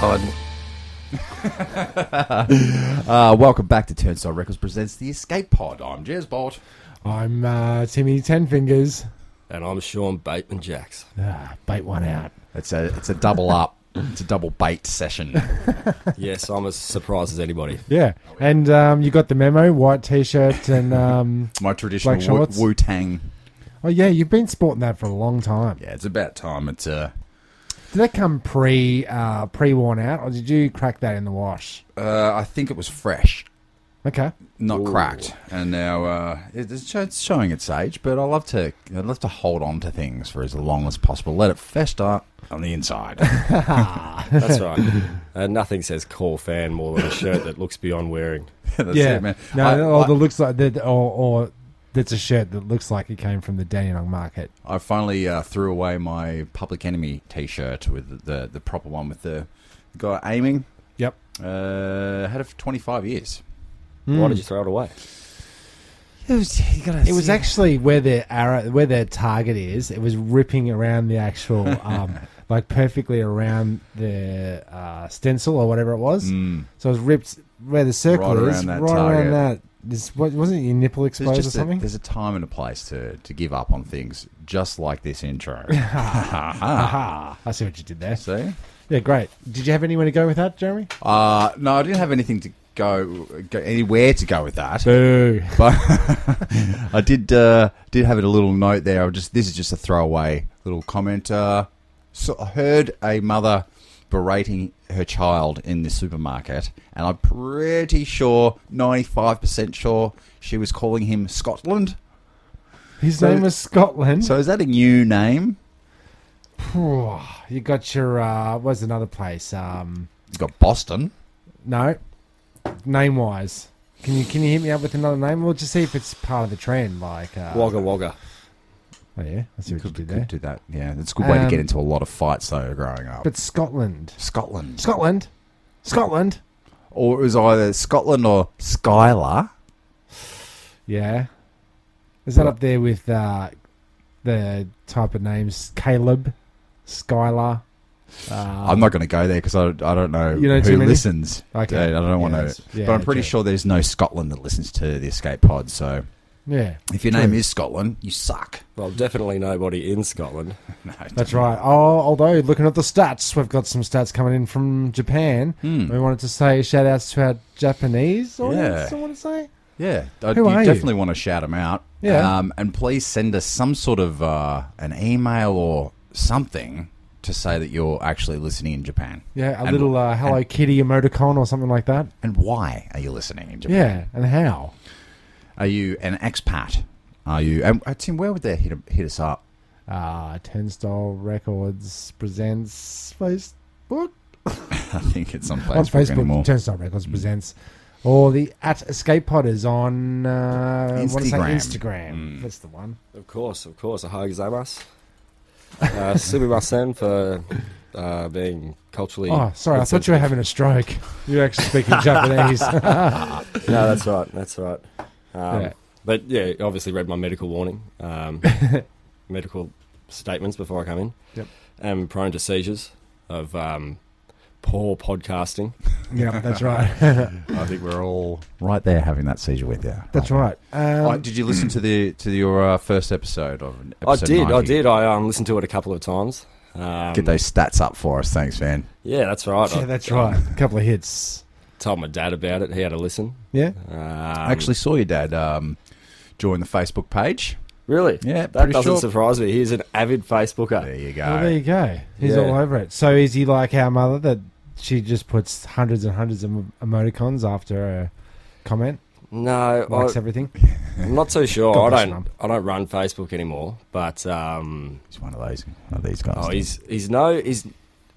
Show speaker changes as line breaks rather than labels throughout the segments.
God.
Uh, welcome back to Turnstile Records presents the Escape Pod. I'm Jazzbolt.
I'm uh, Timmy Ten Fingers.
And I'm Sean Bateman Jacks.
Ah, bait one out.
It's a it's a double up. It's a double bait session.
Yes, I'm as surprised as anybody.
Yeah, and um, you got the memo, white T-shirt, and um,
My
Black
traditional
shorts.
Wu Tang.
oh yeah, you've been sporting that for a long time.
Yeah, it's about time. It's uh,
Did that come pre uh, pre worn out, or did you crack that in the wash?
uh I think it was fresh,
Okay,
not
Ooh.
cracked, and now uh, it- it's, sho- it's showing its age. But I love to I love to hold on to things for as long as possible. Let it fester on the inside.
That's right. And nothing says core fan more than a shirt that looks beyond wearing.
That's
yeah,
it, man.
no,
I-
or
I-
that looks like that, or, or that's a shirt that looks like it came from the Dandenong market.
I finally uh, threw away my Public Enemy T-shirt with the the proper one with the guy aiming.
Yep.
Uh, had it for 25 years.
Hmm.
Why did you throw it away?
It was, you gotta
It was actually where their arrow, where their target is. It was ripping around the actual, um, like perfectly around the uh, stencil or whatever it was.
Mm.
So it was ripped where the circle
Right
is,
around that
right
target.
around that. This, what, wasn't it your nipple
There's,
exposed or
just a,
something?
there's a time and a place to, to give up on things, just like this intro.
Aha! I see what you did there.
See?
Yeah, great. Did you have anywhere to go with that, Jeremy?
Uh, no, I didn't have anything to go, go anywhere to go with that.
Boo!
but I did uh, did have it a little note there. I was just this is just a throwaway little comment. Uh, so I heard a mother berating her child in the supermarket, and I'm pretty sure, ninety five percent sure, she was calling him Scotland.
His
So-
name was Scotland.
So is that a new name?
Phew, you got your. Uh, what's another place? Um,
You got Boston.
no, name wise. Can you can you hit me up with another name? We'll just see if it's part of the trend. Like, uh,
Wagga Wagga.
oh yeah, I see what
Could,
you
could
did there.
do that. Yeah, it's a good way to
Um,
get into a lot of fights though. Growing up,
But Scotland,
Scotland,
Scotland, Scotland.
or it was either Scotland or Skylar.
Yeah. Is that up there with uh, the type of names? Caleb, Skylar. Uh,
I'm not going to go there because I, I don't know
You know
who
too many?
listens.
Okay.
Dude, I don't want
Yeah,
to.
that's- yeah,
but I'm pretty
true.
sure there's no Scotland that listens to the Escape Pod. So
Yeah,
if your name
True.
is Scotland, you suck.
Well, definitely nobody in Scotland.
No,
that's right. Oh, although looking at the stats, we've got some stats coming in from Japan.
Hmm.
We wanted to say shout outs to our Japanese audience.
Yeah.
I want to say
Yeah, I,
Who
you
are you?
definitely want to shout them out.
Yeah.
Um, and please send us some sort of uh, an email or something to say that you're actually listening in Japan.
yeah, a
And-
little uh, Hello Kitty emoticon or something like that.
And why are you listening in Japan?
Yeah, and how?
Are you an expat? Are you? And uh, Tim, where would they hit, hit us up?
Uh, Turnstile Records presents Facebook.
I think it's on Facebook,
on Facebook,
anymore. Mm.
Turnstile Records presents, or the at Escape Podders on uh, I wanna say
Instagram. Mm.
Instagram. That's the one.
Of course, of course. Ahai gozaimasu. Uh, sumimasen for uh, being culturally.
Oh, sorry, I thought you were having a stroke. You're actually speaking Japanese.
No, that's right. That's right. Um,
Yeah.
But yeah, obviously read my medical warning, um, medical statements before I come in.
Yep.
Am prone to seizures of um, poor podcasting.
yeah, that's right.
I think we're all right there having that seizure with you.
that's right. Um,
Oh, did you listen to the to your uh, first episode of?
I
Episode
did. I
90?
did. I um, listened to it a couple of times. Um,
Get those stats up for us, thanks, man.
Yeah, that's right.
yeah,
I
that's right. A couple of hits.
told my dad about it. He had a listen.
Yeah.
Um,
I actually saw your dad um, join the Facebook page.
really.
Yeah,
That
pretty
doesn't
sure.
surprise me. He's an avid Facebooker.
there you go.
Well, Oh, there you go. He's
Yeah.
all over it. So is he like our mother that she just puts hundreds and hundreds of emoticons after a comment,
No,
likes
I,
everything?
I'm not so sure.
God
I
bless
don't.
you, Mum.
I don't run Facebook anymore. But um,
He's one of those. One of these guys.
Oh, he's he's no he's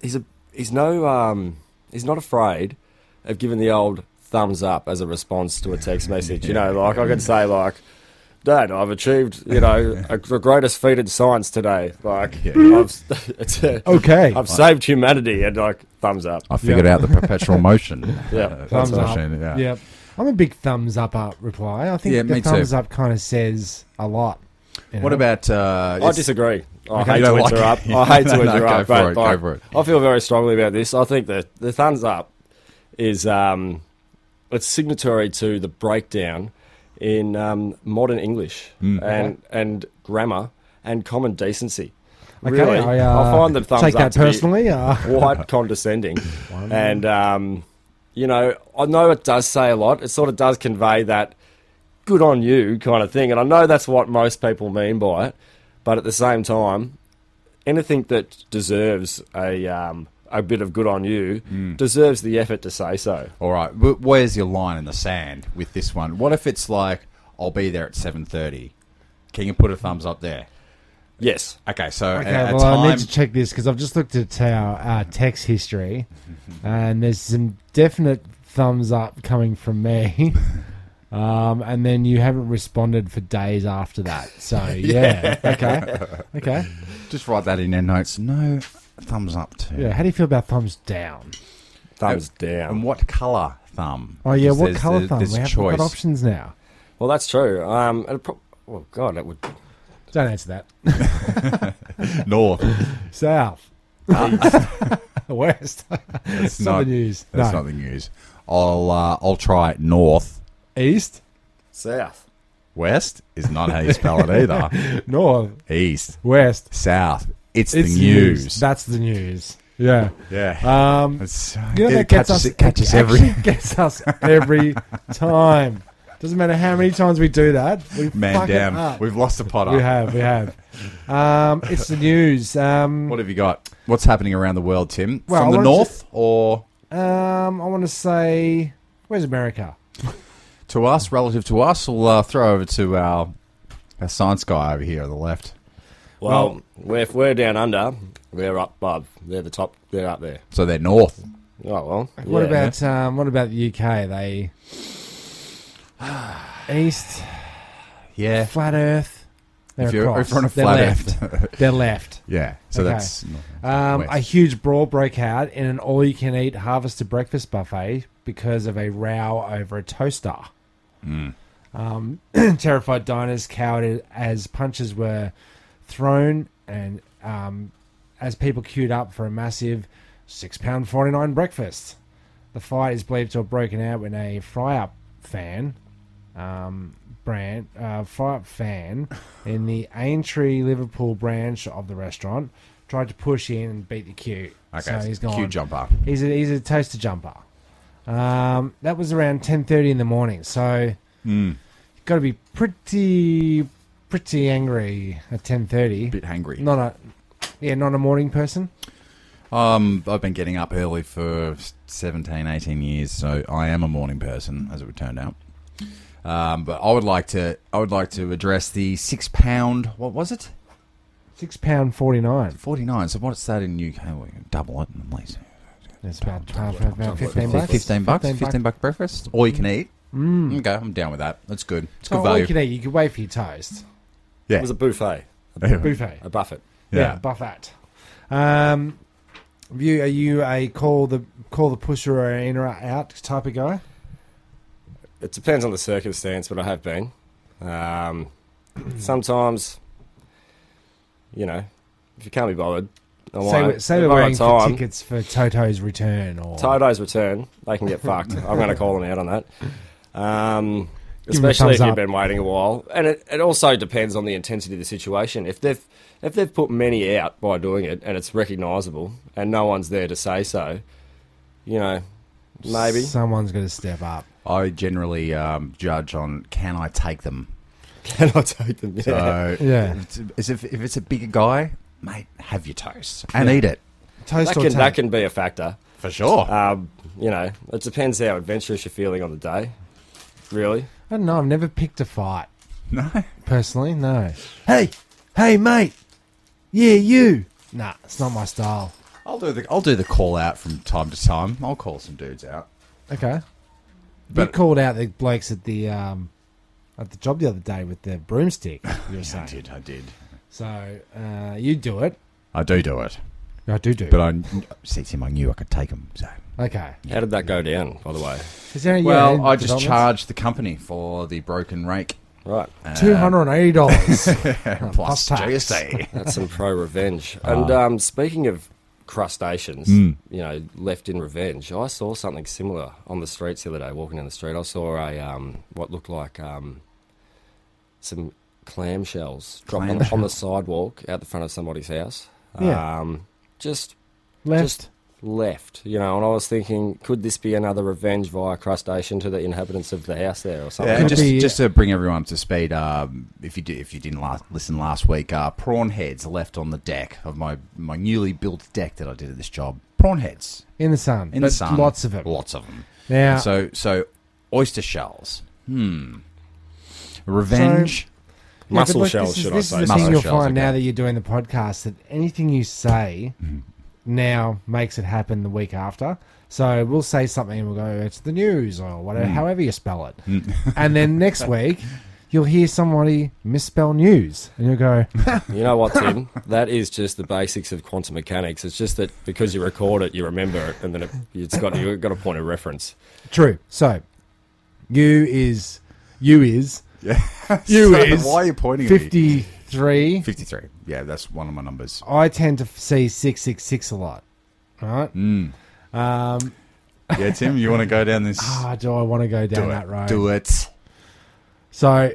he's a he's no um he's not afraid of giving the old thumbs up as a response to a text message. You know, like I could say like, Dad, I've achieved you know a, the greatest feat in science today. Like
Yeah.
I've it's a,
Okay.
I've saved humanity and like thumbs up.
I figured out the perpetual motion. Uh,
Thumbs
that's
up.
actually- Yeah.
Yep. I'm a big thumbs up up reply. I think
Yeah,
the
me too.
thumbs up kind of says a lot. you
What
know?
about? Uh,
I
it's-
disagree. I
Okay.
hate
You
to
don't like
interrupt.
it.
I hate to
No, no,
interrupt,
go for
but
it, go
like,
for it.
I feel very strongly about this. I think the the thumbs up is um, it's signatory to the breakdown in um, modern English
Mm.
and and grammar and common decency. really,
I, uh,
find the thumbs
take
up
that
to be-
personally. Uh,
quite condescending. And, um, you know, I know it does say a lot. It sort of does convey that good on you kind of thing. And I know that's what most people mean by it. But at the same time, anything that deserves a, um, a bit of good on you
Hmm.
deserves the effort to say so.
All right, wh- where's your line in the sand with this one? What if it's like, I'll be there at seven thirty? Can you put a thumbs up there?
Yes.
Okay, so
okay,
a, a
well, I
time.
need to check this because I've just looked at our uh, text history,
Mm-hmm.
and there's some definite thumbs up coming from me. Um, and then you haven't responded for days after that. So yeah, okay, okay,
just write that in their notes. No thumbs up too.
yeah. How do you feel about thumbs down?
Thumbs
And
down.
what color thumb?
Oh yeah,
Because
what
there's-
color
there's-
thumb?
There's
We
a
have
choice.
got options now.
Well, that's true. Um, it pro- well, God, that would.
Don't answer that.
North.
South, west.
That's
not
not
the news.
That's
No.
not the news. I'll uh, I'll try it. North.
East,
South.
West is not how you spell it either.
north,
East.
west.
South. It's,
It's
the news.
That's the news. Yeah.
yeah.
Um,
It's-
you know,
it
that gets
catches,
us,
it catches
it
every
actually gets us every time. Doesn't matter how many times we do that. We
man
fuck it
down.
up.
We've lost the pot
We
up.
have, we have. Um, it's the news. Um,
What have you got? What's happening around the world, Tim?
Well, I
From the
wanted to-
north or
um, I want to say, where's America?
to us, relative to us? We'll uh, throw over to our, our science guy over here on the left.
Well, well, if we're down under, they're up above. They're the top. They're up there.
So they're north.
Oh well.
What
yeah.
about um, what about the UK? Are they east,
Yeah.
flat Earth. They're
If you're,
across.
if you're on a
They're
flat
left.
earth.
They're left.
yeah. So
Okay.
that's.
Um,
West.
a huge brawl broke out in an all you can eat harvest to breakfast buffet because of a row over a toaster. Um, terrified diners cowered as punches were thrown and um, as people queued up for a massive £6.49 breakfast. The fight is believed to have broken out when a fry up fan. Um, brand uh, fry up fan in the Aintree Liverpool branch of the restaurant tried to push in and beat the queue.
Okay.
so he's gone.
Cue jumper.
He's a he's a toaster jumper. Um, that was around ten thirty in the morning, so
Mm.
you've got to be pretty pretty angry at ten thirty.
Bit hangry.
Not a yeah, not a morning person.
Um, I've been getting up early for 17, 18 years, so I am a morning person, as it would turn out. Um, but I would like to, I would like to address the six pound. What was it?
Six pound forty nine.
Forty nine. So what's that in UK? Well, you double it at least.
That's about twelve, about fifteen bucks.
Fifteen bucks.
$15.
Fifteen buck breakfast. All you can eat. Mm. Okay, I'm down with that. That's good. It's
So
good
all
value.
you can eat, you can wait for your toast
yeah.
It was a buffet.
buffet.
A buffet.
Yeah,
Yeah.
buffet. Um, you are you a call the call the pusher or in or out type of guy?
It depends on the circumstance, but I have been. Um, sometimes, you know, if you can't be bothered, I
say
won't.
we're, say
If
we're
I've got
waiting for
time,
tickets for Toto's return or
Toto's return, they can get fucked. I'm going to call them out on that. Um,
Give 'em a
especially
thumbs
if you've
up.
been waiting a while, and it, it also depends on the intensity of the situation. If they've if they've put many out by doing it, and it's recognisable, and no one's there to say so, you know, maybe
someone's going to step up.
I generally um, judge on can I take them.
can I take them? Yeah.
So
Yeah.
if it's, if, if it's a bigger guy, mate, have your toast and
Yeah.
eat it
Toast
that
or
can
tape?
that can be a factor.
for sure.
Um, you know, it depends how adventurous you're feeling on the day. Really?
I don't know. I've never picked a fight
no.
personally. No. Hey, hey, mate. Yeah, you. Nah, it's not my style.
I'll do the I'll do the call out from time to time. I'll call some dudes out.
Okay. you
But-
called out the blokes at the um, at the job the other day with the broomstick. You were
I
saying.
did, I did.
So uh, you do it.
I do do it,
I do do.
but I see Tim. I knew I could take them. So
okay.
How did that go down, by the way?
Is there any,
well,
yeah,
I just
developments?
charged the company for the broken rake.
Right.
Two hundred and eighty dollars
uh, plus,
Oh, plus tax.
GST.
That's some pro revenge. And um, speaking of crustaceans,
Mm.
you know, left in revenge, I saw something similar on the streets the other day. Walking down the street, I saw a um, what looked like um, some clam shells dropped on, on the sidewalk out the front of somebody's house.
Yeah.
Um, just
left.
Just- left, you know, and I was thinking, could this be another revenge via crustacean to the inhabitants of the house there or something?
Yeah,
Could
and just
be-
just to bring everyone up to speed, um, if you do, if you didn't last, listen last week, uh, prawn heads left on the deck of my my newly built deck that I did at this job. Prawn heads
in the sun.
in
but
the sun,
Lots of it.
lots of them.
Now,
So so oyster shells. Hmm. Revenge.
Yeah, but
Mussel
look,
shells,
this is,
should I
this
say.
Is the
Mussel
thing you'll
shells,
find now
okay. Mm-hmm.
that you're doing the podcast that anything you say now makes it happen the week after. So we'll say something and we'll go, it's the news or
Mm.
whatever, however you spell it. and then next week, you'll hear somebody misspell news and you'll go,
You know what, Tim? that is just the basics of quantum mechanics. It's just that because you record it, you remember it, and then it, it's got you've got a point of reference.
true. So you is, you is You
So
is
why are you pointing at me?
53.
Fifty three. Yeah, that's one of my numbers.
I tend to see 666 a lot. Right? Um,
Yeah, Tim, you want to go down this?
ah, do I want to go down
do
that
it.
road?
Do it.
So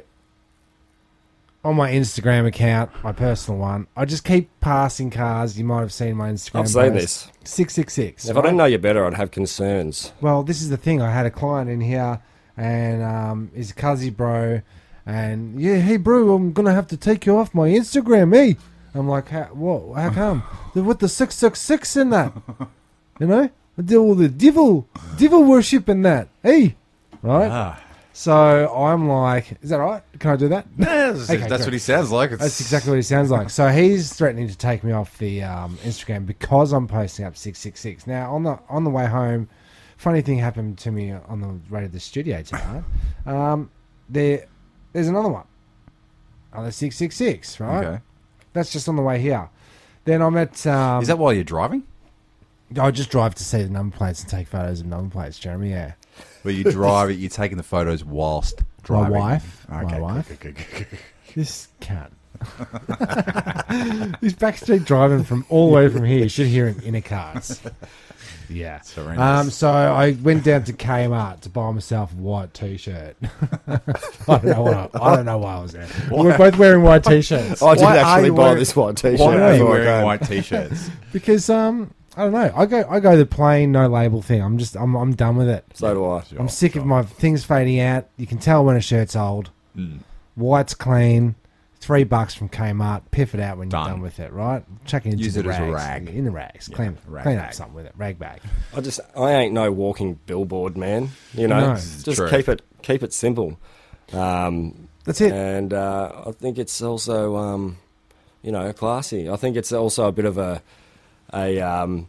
on my Instagram account, my personal one, I just keep passing cars. You might have seen my Instagram.
I've seen
post.
this.
Six six six.
If I didn't know you better, I'd have concerns.
Well, this is the thing. I had a client in here, and um, he's a Kazi bro, and yeah, hey bro, I'm gonna have to take you off my Instagram, eh? I'm like, how, what? How come? With the six six six in that, you know, I do all the devil devil worship in that, eh? Right.
Ah.
So I'm like, is that right? Can I do that?
Yes,
Okay,
that's
great.
what he sounds like. It's-
That's exactly what it sounds like. So he's threatening to take me off the um, Instagram because I'm posting up six six six. Now on the on the way home, funny thing happened to me on the way to the studio tonight. um, there, there's another one. Oh, the six six six, right?
Okay.
That's just on the way here. Then I'm at. Um,
Is that while you're driving?
I just drive to see the number plates and take photos of number plates, Jeremy. Yeah.
Well, you drive it. You're taking the photos whilst driving.
wife, my
good,
wife.
good, good, good, good.
This cat. He's backstreet driving from all the way from here. You should hear him in a cars. Yeah.
It's horrendous.
Um, so I went down to Kmart to buy myself a white t-shirt. I don't know why. I don't know why I was there. We were both wearing white t-shirts
I did
Why are
actually
you
buy
wearing-
this white t-shirt.
Why are you
before I
wearing
came.
white t-shirts?
because um, I don't know. I go I go the plain no label thing. I'm just I'm I'm done with it.
So do I.
I'm sick of my things fading out. You can tell when a shirt's old.
Mm.
White's clean. Three bucks from Kmart. Piff it out when
Done.
you're done with it, right? Chuck it into
Use
the
it as
rags,
a rag.
in the rags. clean,
rag
clean
bag.
up something with it. Rag bag.
I just I ain't no walking billboard man. You know,
No. This
just
is true.
keep it keep it simple. Um,
That's it.
and uh, I think it's also um, you know classy. I think it's also a bit of a a um,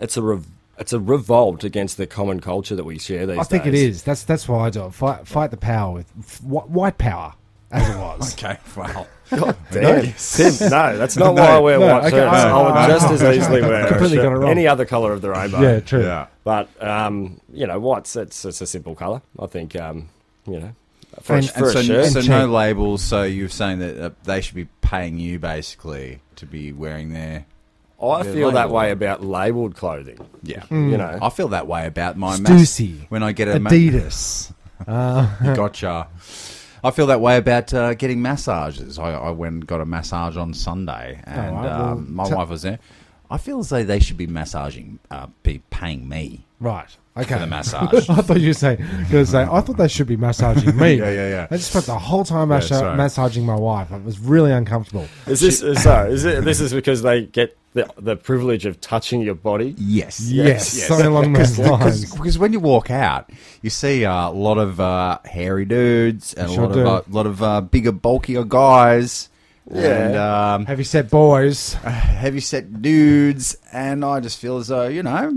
it's a rev- it's a revolt against the common culture that we share these
I think it
days.
is. That's that's why I do it. Fight, fight the power with f- wh- white power, as it was.
okay, well,
Damn. Tim, no, that's not why I wear
No,
white
okay,
shirts.
I-
I would
I-
just
I-
as easily wear a
completely
shirt-
got it wrong.
any other colour of the rainbow.
Yeah, true.
yeah.
But um, you know, white's it's, it's a simple colour. I think um, you know for,
And-
a,
And
for
so,
a shirt.
so
And
no
cheap.
labels. So you're saying that uh, they should be paying you basically to be wearing their.
I
they're
feel that
labelled.
way about labelled clothing.
Yeah,
Hmm.
You
Mm.
know,
I feel that way about my mask.
Stussy.
When I get a ma-
Adidas. Uh,
gotcha. I feel that way about uh, getting massages. I, I went and got a massage on Sunday, and
Alright, well,
um, my
t-
wife was there. I feel as though they should be massaging, uh, be paying me
right.
for the
Okay.
massage.
I thought you were saying, gonna say, I thought they should be massaging me.
Yeah, yeah, yeah.
I just spent the whole time mas-
sorry.
massaging my wife. It was really uncomfortable.
is this is- so? Is it, this is because they get the the privilege of touching your body?
yes,
Yes,
yes.
something along those
because
lines.
because when you walk out, you see uh, a lot of uh, hairy dudes and
Sure
a lot of uh,
do.
lot of uh, bigger, bulkier guys.
Yeah.
And um,
Have you said boys?
heavy set dudes, and I just feel as though you know.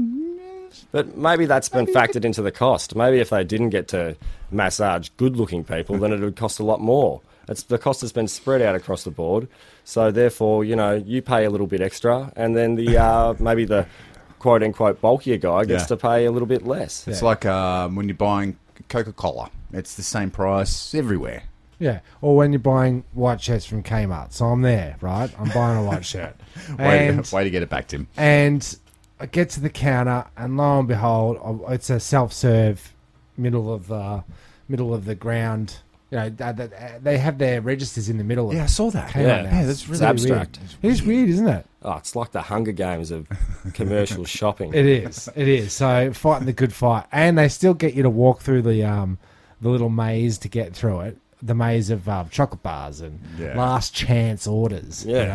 But maybe that's been factored into the cost. Maybe if they didn't get to massage good looking people, then it would cost a lot more. It's, the cost has been spread out across the board. So, therefore, you know, you pay a little bit extra, and then the uh, maybe the quote unquote bulkier guy gets
Yeah.
to pay a little bit less.
It's like um, when you're buying Coca Cola; it's the same price everywhere.
Yeah, or when you're buying white shirts from Kmart. So I'm there, right? I'm buying a white shirt.
Way,
and,
to, way to get it back, Tim.
and I get to the counter, and lo and behold, I- it's a self-serve middle of the middle of the ground. You know, th- th- they have their registers in the middle of
Yeah, I saw that.
Kmart
Yeah.
now.
Yeah, that's
It's
really
It's abstract.
It is weird, isn't it?
Oh, it's like the Hunger Games of commercial shopping.
It is. It is. So fighting the good fight, and they still get you to walk through the um the little maze to get through it. The maze of um, chocolate bars and
Yeah.
last chance orders.
Yeah.
You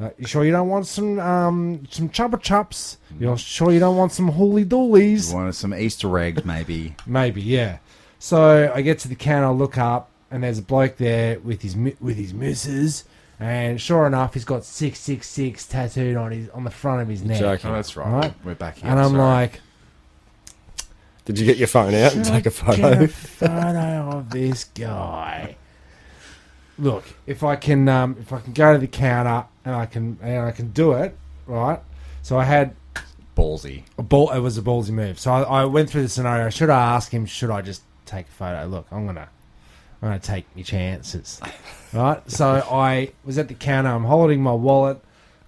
know, uh, you sure you don't want some um some chubba chups? You're sure you don't want some hooly doolies?
You wanted some Easter eggs, maybe.
Maybe, yeah. So I get to the counter, I look up, and there's a bloke there with his mi- with his missus, and sure enough, he's got six six six tattooed on his on the front of his neck.
joking.
Oh, that's
Right.
We're back here.
And I'm
sorry.
like,
Did you get your phone out and
"Should I
take a
get
photo?
a photo of this guy. Look, if I can, um, if I can go to the counter and I can and I can do it, right? So I had
ballsy.
a ball. It was a ballsy move. So I, I went through the scenario. Should I ask him? Should I just take a photo? Look, I'm gonna, I'm gonna take my chances, right? So I was at the counter. I'm holding my wallet,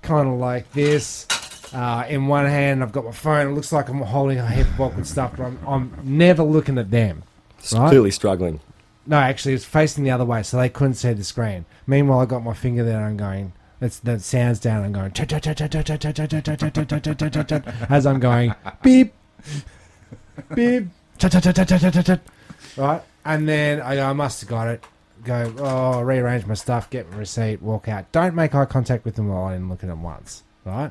kind of like this. Uh, in one hand, I've got my phone. It looks like I'm holding a heap of awkward stuff, but I'm, I'm never looking at them.
It's
Right.
Clearly struggling.
No, actually, it's facing the other way, so they couldn't see the screen. Meanwhile, I got my finger there and going. That's that sounds down. I'm going tut, tut, tut, tut, tut, tut, tut, tut, tut, tut, tut, tut, tut, tut, tut, tut, as I'm going beep beep tut, tut, tut, tut, tut, tut, tut, tut. right, and then I go, I must have got it. Go oh, rearrange my stuff, get my receipt, walk out. Don't make eye contact with them while I didn't look at them once. Right,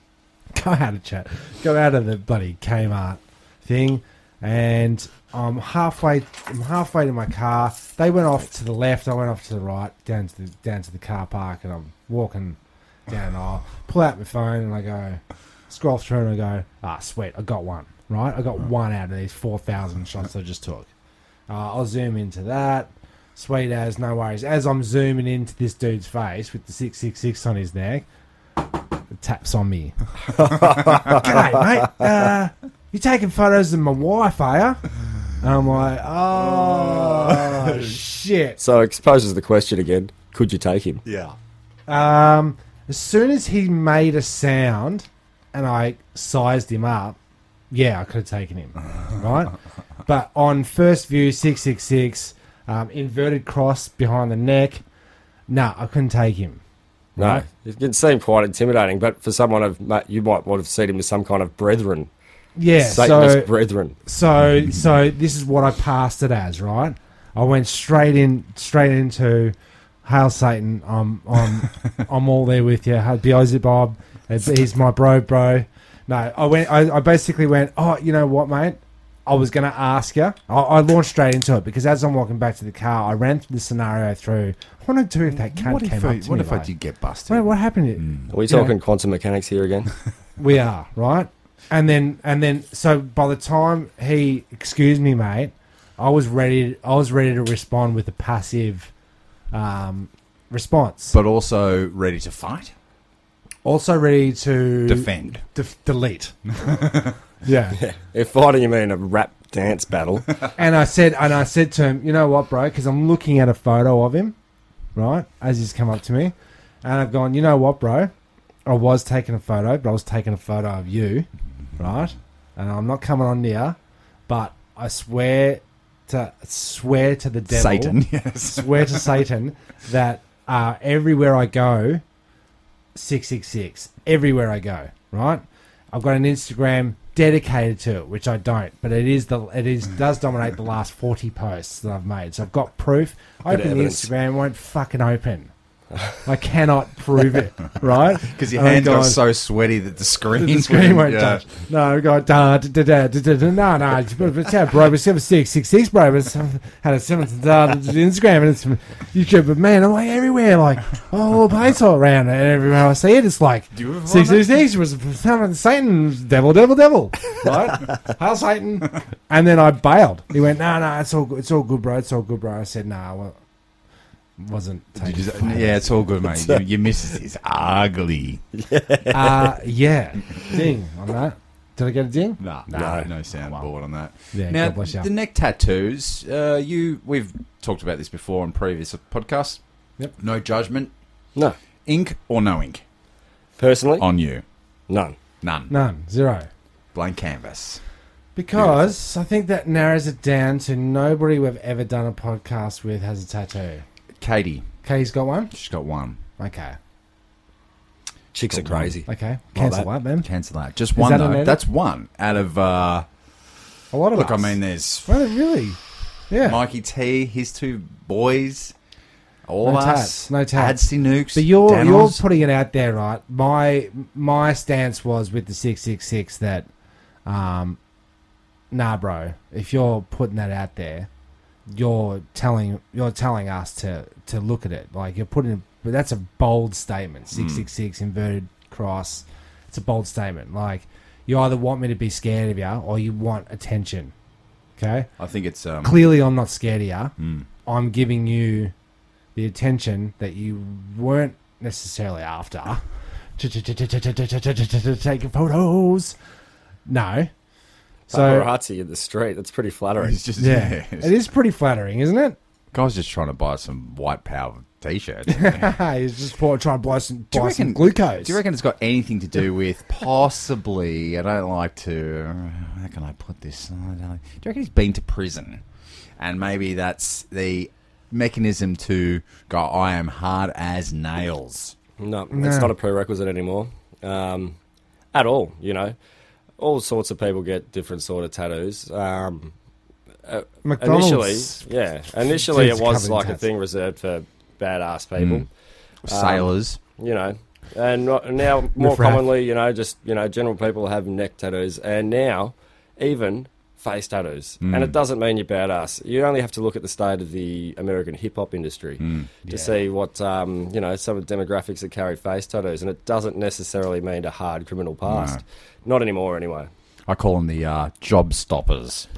go out of chat, go out of the bloody Kmart thing, and I'm halfway. I'm halfway to my car. They went off to the left. I went off to the right, down to the down to the car park, and I'm walking down. I pull out my phone and I go scroll through and I go, ah, sweet, I got one. Right, I got one out of these four thousand shots I just took. Uh, I'll zoom into that. Sweet as no worries. As I'm zooming into this dude's face with the six six six on his neck, it taps on me. G'day, mate. Uh, you taking photos of my wife, are you? And I'm like, oh, shit.
So it poses the question again: Could you take him?
Yeah.
Um, as soon as he made a sound and I sized him up, yeah, I could have taken him, right? But on first view, 666, um, inverted cross behind the neck, no, I couldn't take him.
No, it can seem quite intimidating. But for someone of ma- you might want to have seen him as some kind of brethren,
Yeah,
Satanist
so
brethren.
so so this is what I passed it as, right? I went straight in, straight into Hail Satan. I'm I'm I'm all there with you. Beelzebub, Bob, he's my bro, bro. No, I went. I, I basically went. Oh, you know what, mate? I was going to ask you. I, I launched straight into it because as I'm walking back to the car, I ran the scenario through. What would I do if that cunt
Mm, What
came
if,
up
I,
to
what
me,
if I
like?
did Mm. get busted?
Wait, what happened? to-
Are we
Yeah.
talking quantum mechanics here again?
we are right, and then and then so by the time he excuse me, mate, I was ready. I was ready to respond with a passive um, response.
But also ready to fight?
also ready to
Defend.
def- delete. yeah.
if fighting him in a rap dance battle,
and I said, and I said to him, you know what, bro? Because I'm looking at a photo of him, right? As he's come up to me, and I've gone, you know what, bro? I was taking a photo, but I was taking a photo of you, right? And I'm not coming on near, but I swear to swear to the devil,
Satan, yes.
swear to Satan that uh, everywhere I go, six six six. Everywhere I go, right? I've got an Instagram dedicated to it, which I don't, but it is the it is does dominate the last forty posts that I've made. So I've got proof.
of
Open the
evidence.
Instagram, won't fucking open. I cannot prove it, right?
Because your
And I've
hands got
gone-
so sweaty that the screen,
Oh the screen won't
yeah.
touch. No, we got da da da da da da. da no, no, it's, but it's yeah, bro. It's seven six six six, bro. It's um, had a seventh da, da, da, Instagram and it's from YouTube. But man, I'm like everywhere, like oh, all the place all around, and everywhere I see it, it's like
Do you have
six
one?
six six was seven Satan, devil, devil, devil, right? Hail Satan! And then I bailed. He went, no, no, it's all good, it's all good, bro. It's all good, bro. I said, nah, well, wasn't.
Did
taking
you-
photos."
yeah, it's all good, mate. You, your missus is ugly.
Uh, yeah. Ding on that. Did I get a ding?
Nah,
No.
no, no soundboard on that.
Yeah,
now,
God bless you.
the neck tattoos. Uh, you, we've talked about this before on previous podcasts.
Yep.
No judgment,
No.
ink or no ink
Personally,
on you.
none.
None.
None. Zero.
Blank canvas.
Because I think that narrows it down to nobody we've ever done a podcast with has a tattoo.
Katie,
Katie's got one?
she's got one.
Okay.
Chicks are crazy.
Okay. Cancel that, man.
Cancel that. Just
Is
one
that an
though.
edit?
That's one out of. Uh,
A lot of
look, I
us.
mean, there's
Well, really? Yeah.
Mikey T, his two boys, all
No
of us,
tats, no tats.
Adsy Nukes,
But you're you're
Daniels.
putting it out there, right? My my stance was with the six six six that, um, nah, bro. If you're putting that out there, you're telling you're telling us to to look at it. Like you're putting, but that's a bold statement. Six six six inverted cross. It's a bold statement. Like you either want me to be scared of you or you want attention. Okay
I think it's um,
clearly I'm not scared of you.
Hmm.
I'm giving you the attention that you weren't necessarily after. Taking photos. No. So
Paparazzi in the street. That's pretty flattering.
it's just
yeah,
it's-
it is pretty flattering, isn't it?
Guy's just trying to buy some white power t-shirts.
He's just trying to blow some,
Do you
buy some glucose.
Do you reckon it's got anything to do with possibly? I don't like to. How can I put this? I don't know. Do you reckon he's been to prison, and maybe that's the mechanism to go? I am hard as nails.
No,
No.
it's not a prerequisite anymore, um, at all. You know, all sorts of people get different sort of tattoos. Um, initially,
McDonald's.
yeah, initially it
Dude's covered
was
in
like a
tats.
thing reserved for badass people.
Um,
Sailors.
You know, and no- now more
Riff-raff.
commonly, you know, just you know, general people have neck tattoos, and now even face tattoos. And it doesn't mean you're badass. You only have to look at the state of the American hip hop industry to see what um, you know some of the demographics that carry face tattoos, and it doesn't necessarily mean a hard criminal past. Not anymore, anyway.
I call them the uh, job stoppers.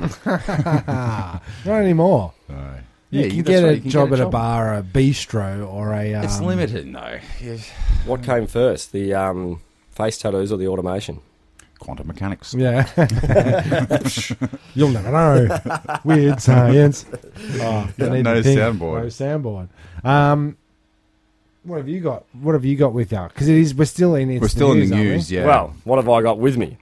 Not anymore. You
Yeah,
can
you- that's
get
right,
a
you can
job
get a
at a
job.
bar, or a bistro, or a. Um,
It's limited, though. Yeah.
What came first, the um, face tattoos or the automation?
Quantum mechanics.
Yeah. You'll never know. Weird science. Oh, I need
Ah, No
to think.
soundboard.
No soundboard. Um, what have you got? What have you got with you? Because it is. We're still in. It's
We're still in the
aren't we?
news. Yeah.
Well, what have I got with me?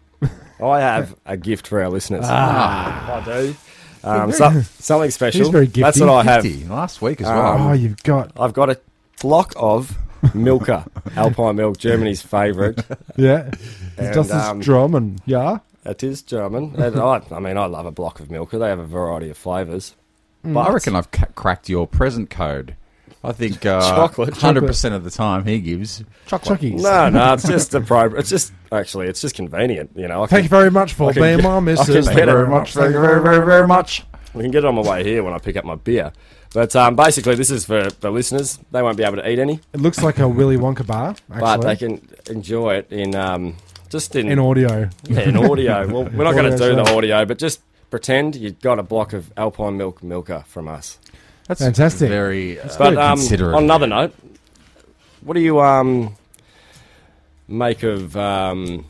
I have a gift for our listeners.
Ah.
Ah, I do. Um, so, something special.
He's very
That's what I have.
50 last week as
Oh,
well.
you've got.
I've got a block of Milka, Alpine milk, Germany's favourite.
Yeah.
And,
Just this
um,
drum and yeah.
It is German. And I, I mean, I love a block of Milka. They have a variety of flavours.
But Mm, I reckon I've ca- cracked your present code. I think uh,
Chocolate.
100% of the time he gives chocolate.
Chuckies.
No, no, it's just appropriate. It's just actually, it's just convenient. You know, I
Thank
can,
you very much for
can
being
get- I
my
can
missus. Thank you
get it.
very much. Thank you very, very, very much.
we can get it on my way here when I pick up my beer. But um, basically, this is for the listeners. They won't be able to eat any,
It looks like a Willy Wonka bar, actually.
but they can enjoy it in um, just in
in audio.
Yeah, an audio. Well, we're not going
Audio
to do the
show.
audio, but just pretend you got a block of Alpine Milk Milker from us.
That's
Fantastic.
Very uh,
But um,
considerate.
on another note, what do you um, make of um,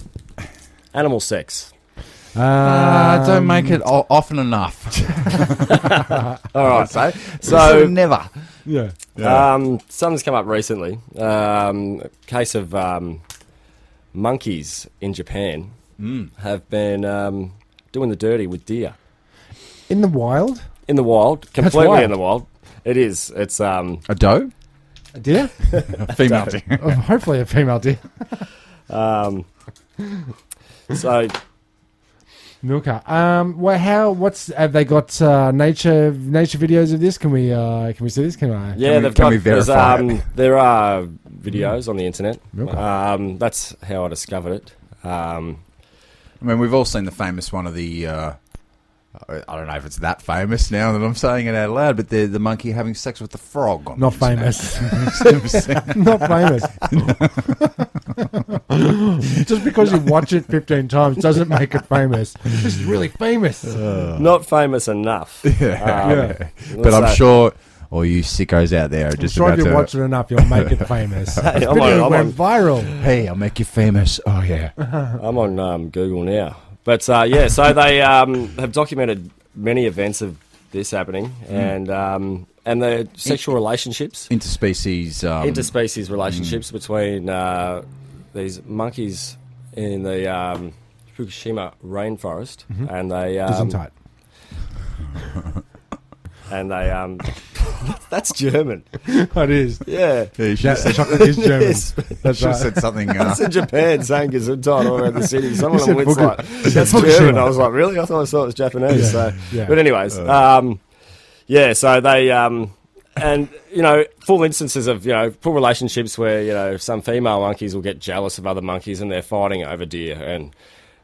animal sex?
uh, don't make it
um,
o- often enough.
All
I'd
right.
say.
So-
never.
Yeah.
Um, something's come up recently. Um, a case of um, monkeys in Japan
Mm.
have been um, doing the dirty with deer.
In the wild.
In the wild, completely
wild.
in the wild. It is. It's um,
A doe?
A deer?
A female deer.
Oh, Hopefully a female deer.
Um, so
Milka. Um, well, how? What's have they got? Uh, nature nature videos of this? Can we uh, can we see this? Can I?
yeah,
Can we-
they've
can
got.
we
there's,
verify
um, there are videos on the internet.
Okay.
Um, that's how I discovered it. Um,
I mean, we've all seen the famous one of the. Uh, I I don't know if it's that famous now that I'm saying it out loud, but the the monkey having sex with the frog. On
Not
the internet.
famous. Not famous. Just because you watch it 15 times doesn't make it famous. This is really famous.
not famous enough. Um,
yeah.
Uh. But I'm
so-
sure all you sickos out there are
I'm
just
sure if
about
you
to.
watch it enough, you'll make it famous.
Hey, I'm
Video
on,
went
I'm on,
viral.
hey, I'll make you famous. Oh yeah.
I'm on um, Google now. But uh, yeah, so they um, have documented many events of this happening,
Hmm.
and um, and the sexual relationships,
Interspecies. Um,
interspecies relationships between uh, these monkeys in the um, Fukushima rainforest, and they um,
Doesn't tight.
and they um, that's German,
It is.
yeah.
yeah, you should
That,
have said,
chocolate is German.
Yes.
That's
should have
right.
said something. Uh,
It's in Japan saying Gesundheit all around the city. Someone
You said
on Wits
Fuku-
like,
you said
that's German.
Fukushima.
I was like, really? I thought I saw it was Japanese. So,
yeah. Uh,
but anyways, um, yeah. So they um, and you know, full instances of you know full relationships where you know some female monkeys will get jealous of other monkeys and they're fighting over deer and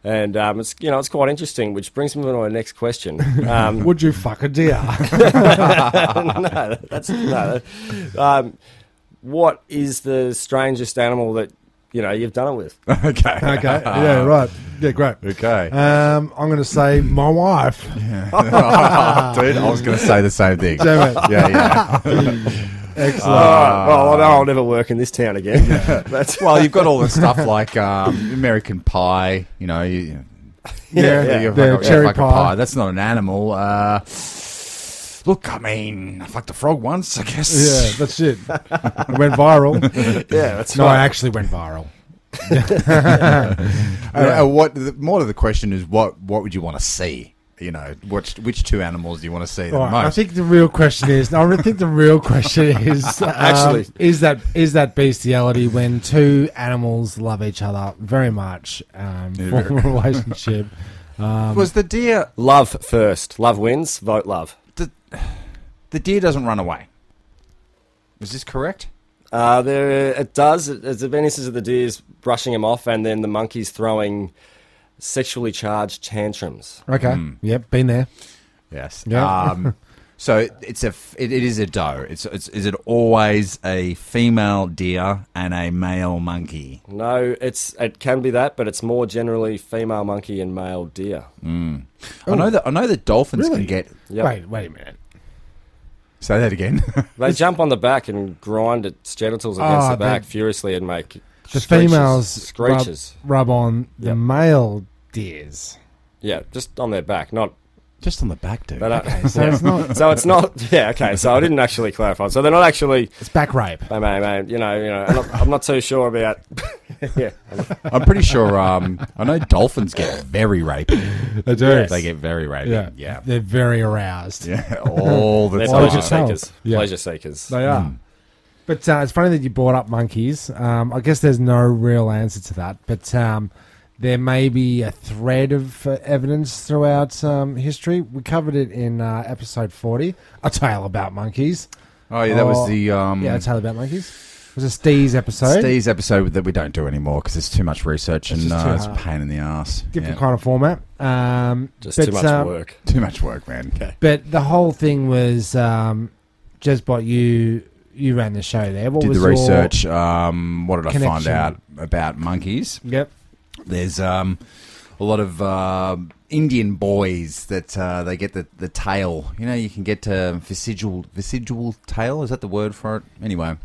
and um, it's you know it's quite interesting, which brings me to my next question. Um,
Would you fuck a deer?
no, that's no. Um, what is the strangest animal that you know you've done it with?
okay.
okay. Yeah, right. Yeah, great.
Okay.
Um, I'm going to say my wife.
Dude, I was going to say the same thing.
Damn it.
Yeah, yeah.
Excellent.
Alright, Uh, oh, well, I know I'll never work in this town again. That's
Well, you've got all the stuff like um, American Pie, you know. You, you-
yeah,
yeah.
you-
the
like a-
cherry
like a
pie.
That's not an animal. Uh, look, I mean, I fucked a frog once, I
Yeah,
guess.
that's it. It went viral.
yeah, that's
No, I
right.
actually went viral.
Uh, uh, what the, more to the question is, what what would you want to see? You know, which which two animals do you want to see the
All right, I
most?
think the real question is. I really think the real question is um,
Actually.
is that is that bestiality when two animals love each other very much, um, form a relationship. um,
was the deer
Love first. Love wins. Vote love.
the deer doesn't run away? Is this correct?
Uh, there, it does. It- There's been instances of the deers brushing him off, and then the monkeys throwing sexually charged tantrums.
Okay. Yep. Been there.
Yes.
Yeah.
Um, so it, it's a f- it, it is a doe. It's, it's is it always a female deer and a male monkey?
No, it's it can be that, but it's more generally female monkey and male deer.
I know that I know that dolphins can
Really?
get.
Yep.
Wait. Wait a minute.
Say that again.
They jump on the back and grind its genitals against
Ah,
the back
they-
furiously and make
The
screeches-
females rub-
screeches.
Rub, on the
Yep.
male deers.
Yeah, just on their back, not.
Just on the back, dude.
They don't,
So it's not.
uh, So it's not. Yeah. Okay. So I didn't actually clarify. So they're not actually.
It's back rape.
Hey, mate, mate. You know. You know. I'm not, I'm not too sure about. yeah.
I'm pretty sure. Um, I know dolphins get very rapey.
They do.
Yes.
They get very rapey.
Yeah.
Yeah, yeah,
They're very aroused.
all the
They're
Why would
pleasure
you
time.
tell?
seekers.
Yeah.
Pleasure seekers.
They are. But uh, it's funny that you brought up monkeys. Um, I guess there's no real answer to that, but um, there may be a thread of uh, evidence throughout um, history. We covered it in uh, episode 40, A Tale About Monkeys.
Oh yeah, that
Oh,
was the um,
Yeah, A Tale About Monkeys. It was a Steez episode.
Steve's episode that we don't do anymore because it's too much research
It's
and
just too
uh, it's a
hard.
pain in the ass.
Different
Yeah.
kind of format. Um,
Just
but,
too much
um,
work.
Too much work, man.
But the whole thing was, um, Jezbot, you you ran the show there. What
did
was
the
your-
research. Um, what did I find
connection?
out about monkeys?
Yep.
There's um, a lot of um Indian boys that uh, they get the, the tail. You know, you can get um, vestigial vestigial tail. Is that the word for it? Anyway,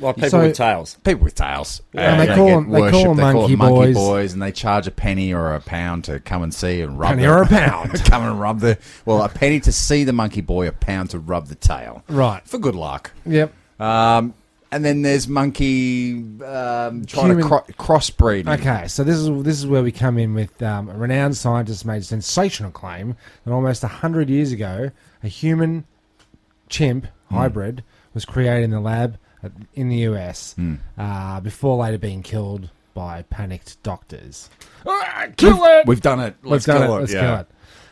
Like people
So-
with tails.
people with tails.
Yeah.
uh,
And they
call
get
'em- they call
worshipped.
'em monkey boys.
and they charge a penny or a pound to come and see and rub.
Penny
the-
or a pound.
come and rub the well, a penny to see the monkey boy, a pound to rub the tail.
right.
For good luck.
Yep.
Um, and then there's monkey um, trying
Human-
to cro- crossbreed.
Okay, so this is this is where we come in with um, a renowned scientist made a sensational claim that almost hundred years ago, a human chimp hybrid was created in the lab at, in the US uh, before later being killed by panicked doctors. Ah, kill it!
We've done it. Let's
We've done
kill it.
Let's
yeah.
kill it.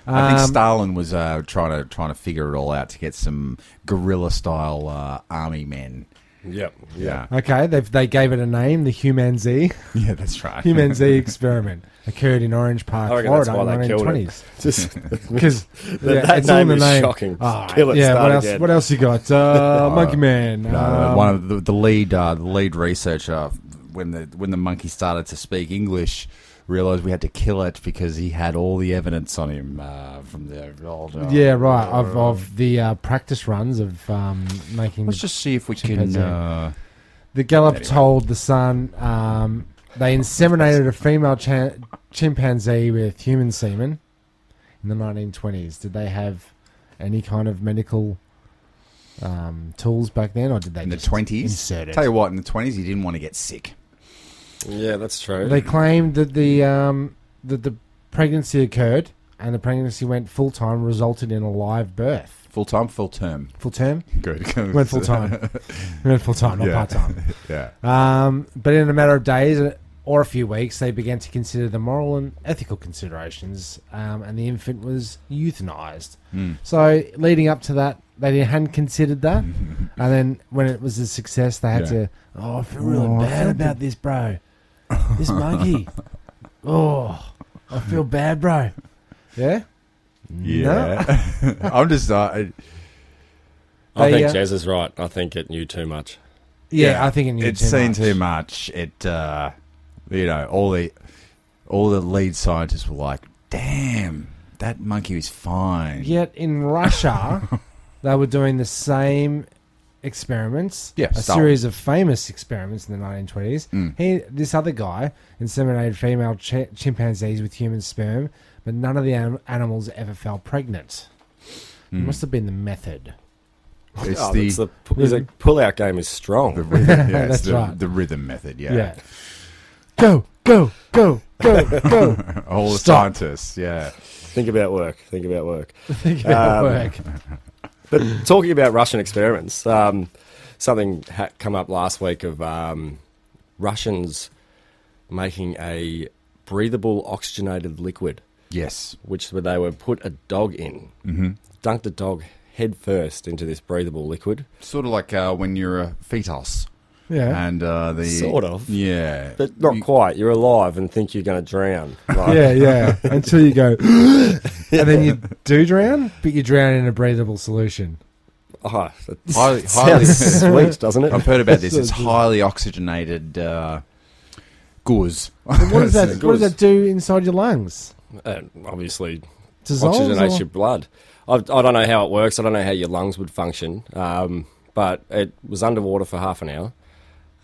I think
Um,
Stalin was uh, trying to trying to figure it all out to get some guerrilla style uh, army men.
Yep.
Yeah,
Okay, they they gave it a name, the Human Z.
yeah, that's right.
Human Z experiment occurred in Orange Park,
I reckon that's
Florida,
why
in
they
the
killed
1920s.
Just
Because
that name is shocking. Kill
Ah,
it,
yeah,
start
what else?
again.
What else you got? Uh, Monkey Man.
Uh,
um,
one of the, the lead uh, the lead researcher when the when the monkey started to speak English realized we had to kill it because he had all the evidence on him uh, from the old. Uh,
yeah, right. Of of the uh, practice runs of um, making
Let's just see if we can.
Chimpanzee.
Uh,
the Gallup
anyway.
told the Sun um, They inseminated a female cha- chimpanzee with human semen in the 1920s. Did they have any kind of medical um, tools back then, or did they
in the
just
twenties.
insert it?
Tell you what, in the twenties, he didn't want to get sick.
Yeah, that's true.
They claimed that the um, that the pregnancy occurred and the pregnancy went full time, resulted in a live birth,
Full time, full term.
full term.
Good.
Went full time. went full time, not
Yeah.
part time.
yeah.
Um, but in a matter of days or a few weeks, they began to consider the moral and ethical considerations, um, and the infant was euthanized. So, leading up to that, they didn't- hadn't considered that. and then when it was a success, they had
Yeah.
to, oh, I feel really
Oh, I
bad
feel
about this, bro. This monkey. oh, I feel bad, bro. Yeah?
Yeah. I'm just. Uh,
I
They,
think
uh,
Jez is right. I think it knew too much.
Yeah, I think it knew
it's
too
seen
much.
too much. It, uh, you know, all the all the lead scientists were like, "Damn, that monkey was fine."
Yet in Russia, they were doing the same experiments.
Yeah,
a
Stalin. Mm.
series of famous experiments in the 1920s. He, this other guy, inseminated female ch- chimpanzees with human sperm, but none of the anim- animals ever fell pregnant.
Mm.
It must have been the method.
It's
Oh,
the,
that's the, his like, pull-out game is strong.
the rhythm, yeah, it's
That's
the,
right.
the rhythm method. Yeah,
Yeah. Go, go, go, go, go.
all the
Stop.
scientists. Yeah,
Think about work. Think about work.
Think about
Um,
work.
But talking about Russian experiments, um, something had come up last week of um, Russians making a breathable oxygenated liquid,
yes,
which they would put a dog in,
hmm
dunked a dog head first into this breathable liquid.
sort of like uh, when you're a fetus
Yeah.
and uh, the
Sort of.
yeah,
But not
You-
quite. You're alive and think you're going to drown. Like,
yeah, yeah. Until you go, and then you do drown, but you drown in a breathable solution.
Oh, that
Highly-
sounds sweet, doesn't it?
I've heard about this. It's highly oxygenated uh, gauze.
What does that?
It's-
What does that do inside your lungs?
Uh,
And obviously,
Dissolves
oxygenates
or-
your blood. I, I don't know how it works. I don't know how your lungs would function. Um, but it was underwater for half an hour,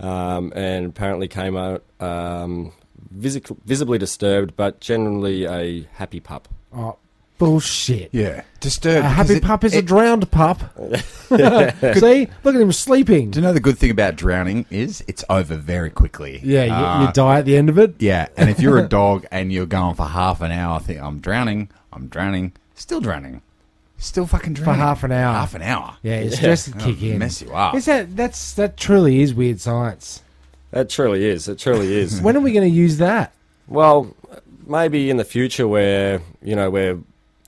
um, and apparently came out um, visic- visibly disturbed, but generally a happy pup.
Oh, bullshit.
Yeah, disturbed.
A
because
happy
it-
pup is a
it-
drowned pup. See, look at him sleeping.
Do you know the good thing about drowning is it's over very quickly.
Yeah, you,
Uh,
you die at the end of it.
yeah. And if you're a dog and you're going for half an hour, think I'm drowning, I'm drowning, still drowning, still fucking
For
drowning
half an hour.
half an hour.
yeah, your stress would kick in.
mess you up.
Is that that's that truly is weird science?
It truly is. It truly is.
When are we going to use that?
well, maybe in the future, where you know we're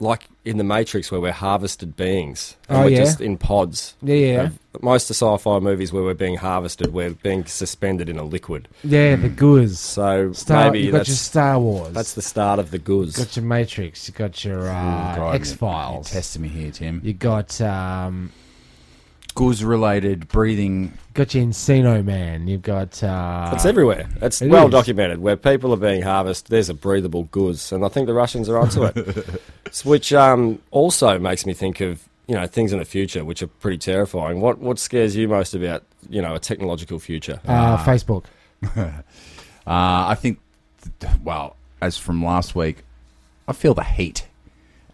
like in the Matrix, where we're harvested beings, and
Oh,
we're
yeah.
just in pods.
Yeah, yeah,
Uh, Most of sci-fi movies where we're being harvested, we're being suspended in a liquid.
yeah. The goods.
So
Star,
maybe
you got
that's
your Star Wars.
That's the start of the goose.
got your Matrix. You got your
Oh,
uh,
God,
X Files.
you're Testing me here, Tim.
You got um,
Gauze related breathing.
got your Encino Man. You've got uh,
It's everywhere. It's
It
well
is.
documented. Where people are being harvested, there's a breathable goose, and I think the Russians are onto it. S- which um, also makes me think of you know things in the future, which are pretty terrifying. What what scares you most about you know a technological future?
Ah.
uh, Facebook.
Uh, I think, well, as from last week, I feel the heat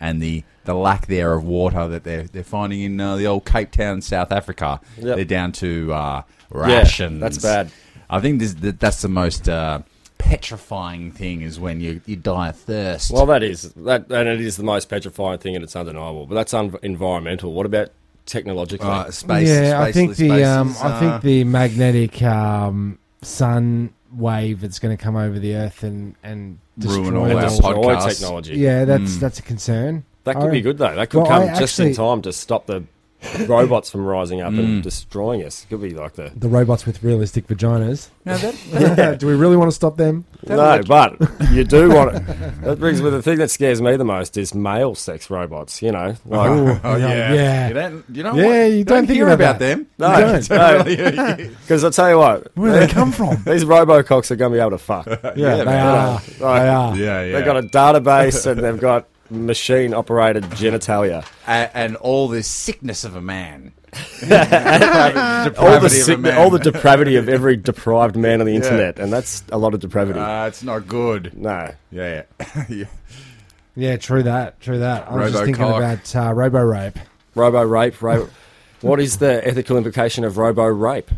and the, the lack there of water that they're, they're finding in uh, the old Cape Town, South Africa.
Yep.
They're down to uh, rations.
that's bad.
I think this, that, that's the most uh, petrifying thing is when you, you die of thirst.
Well, that is that, and it is the most petrifying thing, and it's undeniable. But that's un- environmental. What about technologically?
uh, space,
yeah, I think
spaceless
the um,
spaces,
I
uh,
think the magnetic um, sun wave that's going to come over the Earth and and
Ruin
destroy
all
and
our
all-
destroy
podcasts.
technology.
Yeah,
Hmm.
that's that's a concern.
That could
I-
be good though. That could
Well,
come
I
just in
actually-
time to stop the robots from rising up
Mm.
and destroying us. Could be like the
The robots with realistic vaginas.
Now that-
Do we really want to stop them?
no, but you do want it. That brings me the thing that scares me the most is male sex robots. You know, like
Oh, yeah.
yeah.
You don't, you don't
Yeah,
want-
you don't think
hear
about
about
that.
them.
no,
don't.
because I tell you what,
Where do they come from?
these robococks are going to be able to fuck.
Yeah, they
man.
are.
Like,
They are.
Yeah, yeah.
They've got a database and they've got machine operated genitalia.
and, and all this sickness of a man.
All
Depravity
the,
of a
sick,
man.
all the depravity of every deprived man on the internet, and that's a lot of depravity.
Uh, it's not good.
no.
Yeah, yeah. yeah.
Yeah, true that. True that. I was just thinking
Robocock.
about uh, Robo Rape.
Robo rape. Robo- what is the ethical implication of robo rape?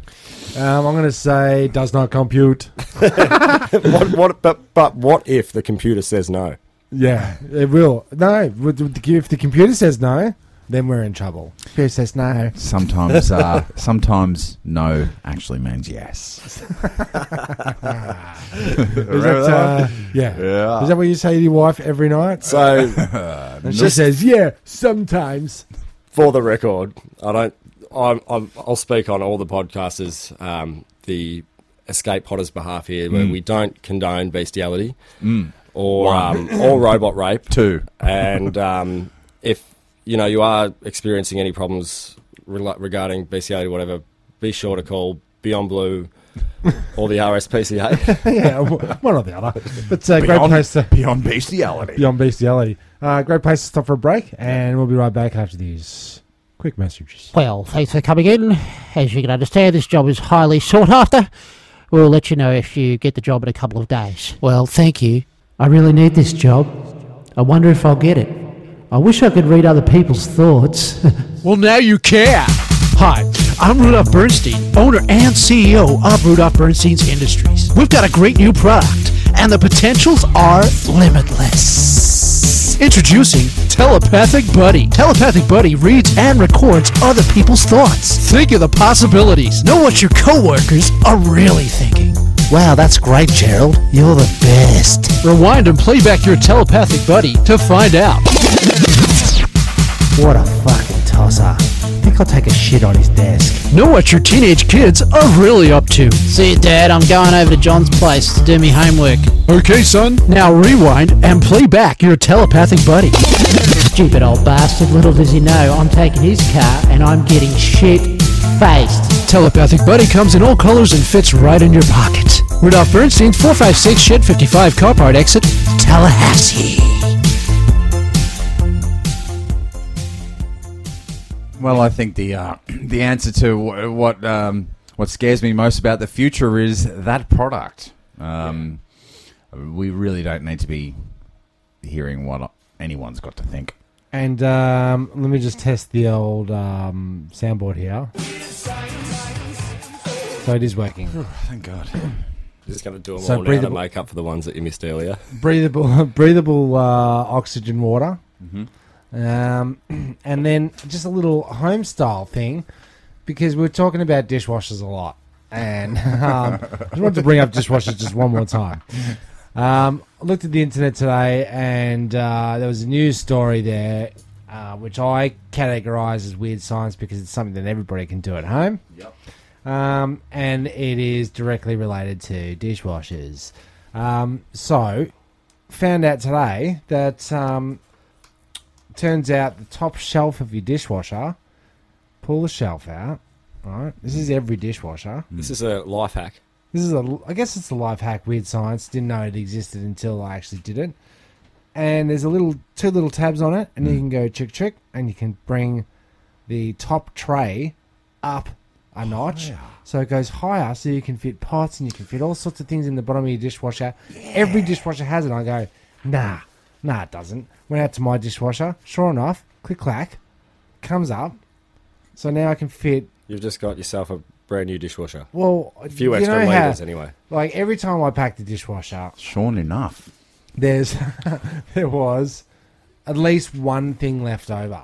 Um, I'm going to say does not compute.
what, what, but, but what if the computer says no?
Yeah, it will. No, with- with the- if the computer says no, then we're in trouble. Computer says no.
Sometimes, uh, sometimes no actually means yes.
Is that, uh, yeah. Uh,
Yeah.
Is that what you say to your wife every night?
So,
And she says, yeah, sometimes.
for the record, I don't. I'm, I'm, I'll speak on all the podcasters, um, the escape potters' behalf here, where we don't condone bestiality or um, or robot rape.
Two.
and um, if you know you are experiencing any problems rela- regarding bestiality, or whatever, be sure to call Beyond Blue or the RSPCA.
yeah, w- one or the other. But uh, great
Beyond-
place to...
beyond bestiality.
Beyond bestiality. Uh, great place to stop for a break, and we'll be right back after these quick messages.
Well, thanks for coming in. As you can understand, this job is highly sought after. We'll let you know if you get the job in a couple of days. Well, thank you. I really need this job. I wonder if I'll get it. I wish I could read other people's thoughts.
Well, now you care. Hi, I'm Rudolph Bernstein, owner and CEO of Rudolph Bernstein's Industries. We've got a great new product, and the potentials are limitless. Introducing Telepathic Buddy. Telepathic Buddy reads and records other people's thoughts. Think of the possibilities. Know what your coworkers are really thinking.
wow, that's great, Gerald. You're the best.
Rewind and play back your telepathic buddy to find out.
What a fucking tosser. I think I'll take a shit on his desk.
Know what your teenage kids are really up to.
See you, Dad. I'm going over to John's place to do me homework.
Okay, son. Now rewind and play back your telepathic buddy.
Stupid old bastard. Little does he know, I'm taking his car and I'm getting shit faced.
Telepathic Buddy comes in all colors and fits right in your pocket. Rudolph Bernstein's 456 Shed 55 Car Part Exit, Tallahassee.
Well, I think the uh, the answer to wh- what um, what scares me most about the future is that product. Um, We really don't need to be hearing what uh, anyone's got to think.
And um, let me just test the old um, soundboard here. So it is working.
Thank God.
Just going to do them
So
all now to
breathable-
make up for the ones that you missed earlier.
breathable, breathable uh, oxygen water. Um, and then just a little home style thing because we're talking about dishwashers a lot. And um, I just wanted to bring up dishwashers just one more time. Um, I looked at the internet today and uh, there was a news story there, uh, which I categorize as weird science because it's something that everybody can do at home. Yep. Um, and it is directly related to dishwashers. Um, so, found out today that um, turns out the top shelf of your dishwasher, pull the shelf out. Right, this is every dishwasher.
This is a life hack.
This is a, I guess it's a life hack, weird science. Didn't know it existed until I actually did it. And there's a little, two little tabs on it,
Hmm.
and you can go chick chick, and you can bring the top tray up a notch. So it goes higher, so you can fit pots and you can fit all sorts of things in the bottom of your dishwasher. Every dishwasher has it. I go, nah, nah, it doesn't. Went out to my dishwasher. Sure enough, click clack, comes up. So now I can fit.
You've just got yourself a brand new dishwasher.
Well,
A few extra
you know how-
liters, anyway.
like every time I pack the dishwasher,
Sure enough.
there's there was at least one thing left over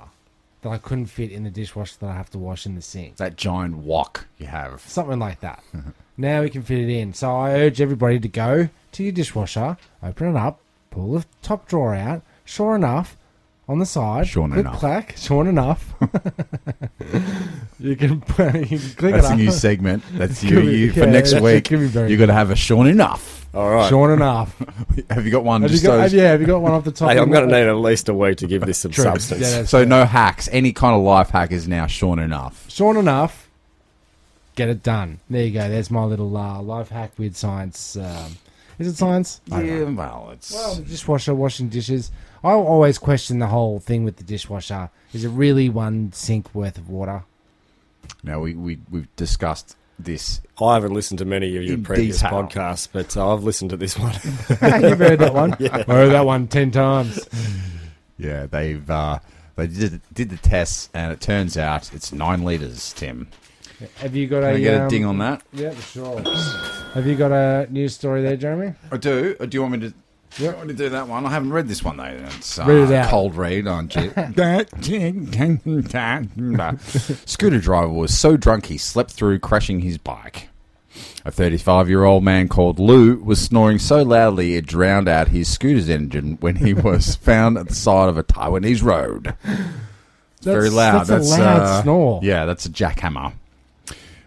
that I couldn't fit in the dishwasher that I have to wash in the sink.
That giant wok you have.
Something like that.
Mm-hmm.
now we can fit it in. So I urge everybody to go to your dishwasher, open it up, pull the top drawer out. Sure enough, on the side,
Sure
click
enough.
clack, sure enough, you can you can click
That's a
it up.
new segment. That's you,
Could be-
you for
yeah,
next
that
week.
could be very
You're going to have a Sean enough.
All right.
Sure enough,
Have you got one?
have you
Just
got?
those-
yeah, have you got one off the top?
Hey,
of
I'm
your-
going to need at least a week to give this some
True.
substance.
Yeah, that's
So no hacks. Any kind of life hack is now Sean enough.
Sure enough, get it done. There you go. There's my little uh, life hack with science. Um, is it science?
Yeah, well, it's
Dishwasher, washing dishes. I always question the whole thing with the dishwasher. Is it really one sink worth of water?
Now we, we we've discussed this.
I haven't listened to many of your
In
previous
detail.
podcasts, but uh, I've listened to this one.
You've heard that one. I heard that one ten times.
Yeah, they've uh, they did, did the tests, and it turns out it's nine liters. Tim,
Have you got
can
a,
I get a
um,
ding on that?
Yeah, sure. Have you got a news story there, Jeremy?
I do. Or do you want me to? Do you want me to do that one? I haven't read this one though. It's uh,
Read it out.
cold read, aren't you? Scooter driver was so drunk he slept through crashing his bike. A 35 year old man called Lou was snoring so loudly it drowned out his scooter's engine when he was found at the side of a Taiwanese road. It's very
That's-
loud.
that's a loud
uh,
snore.
Yeah, that's a jackhammer.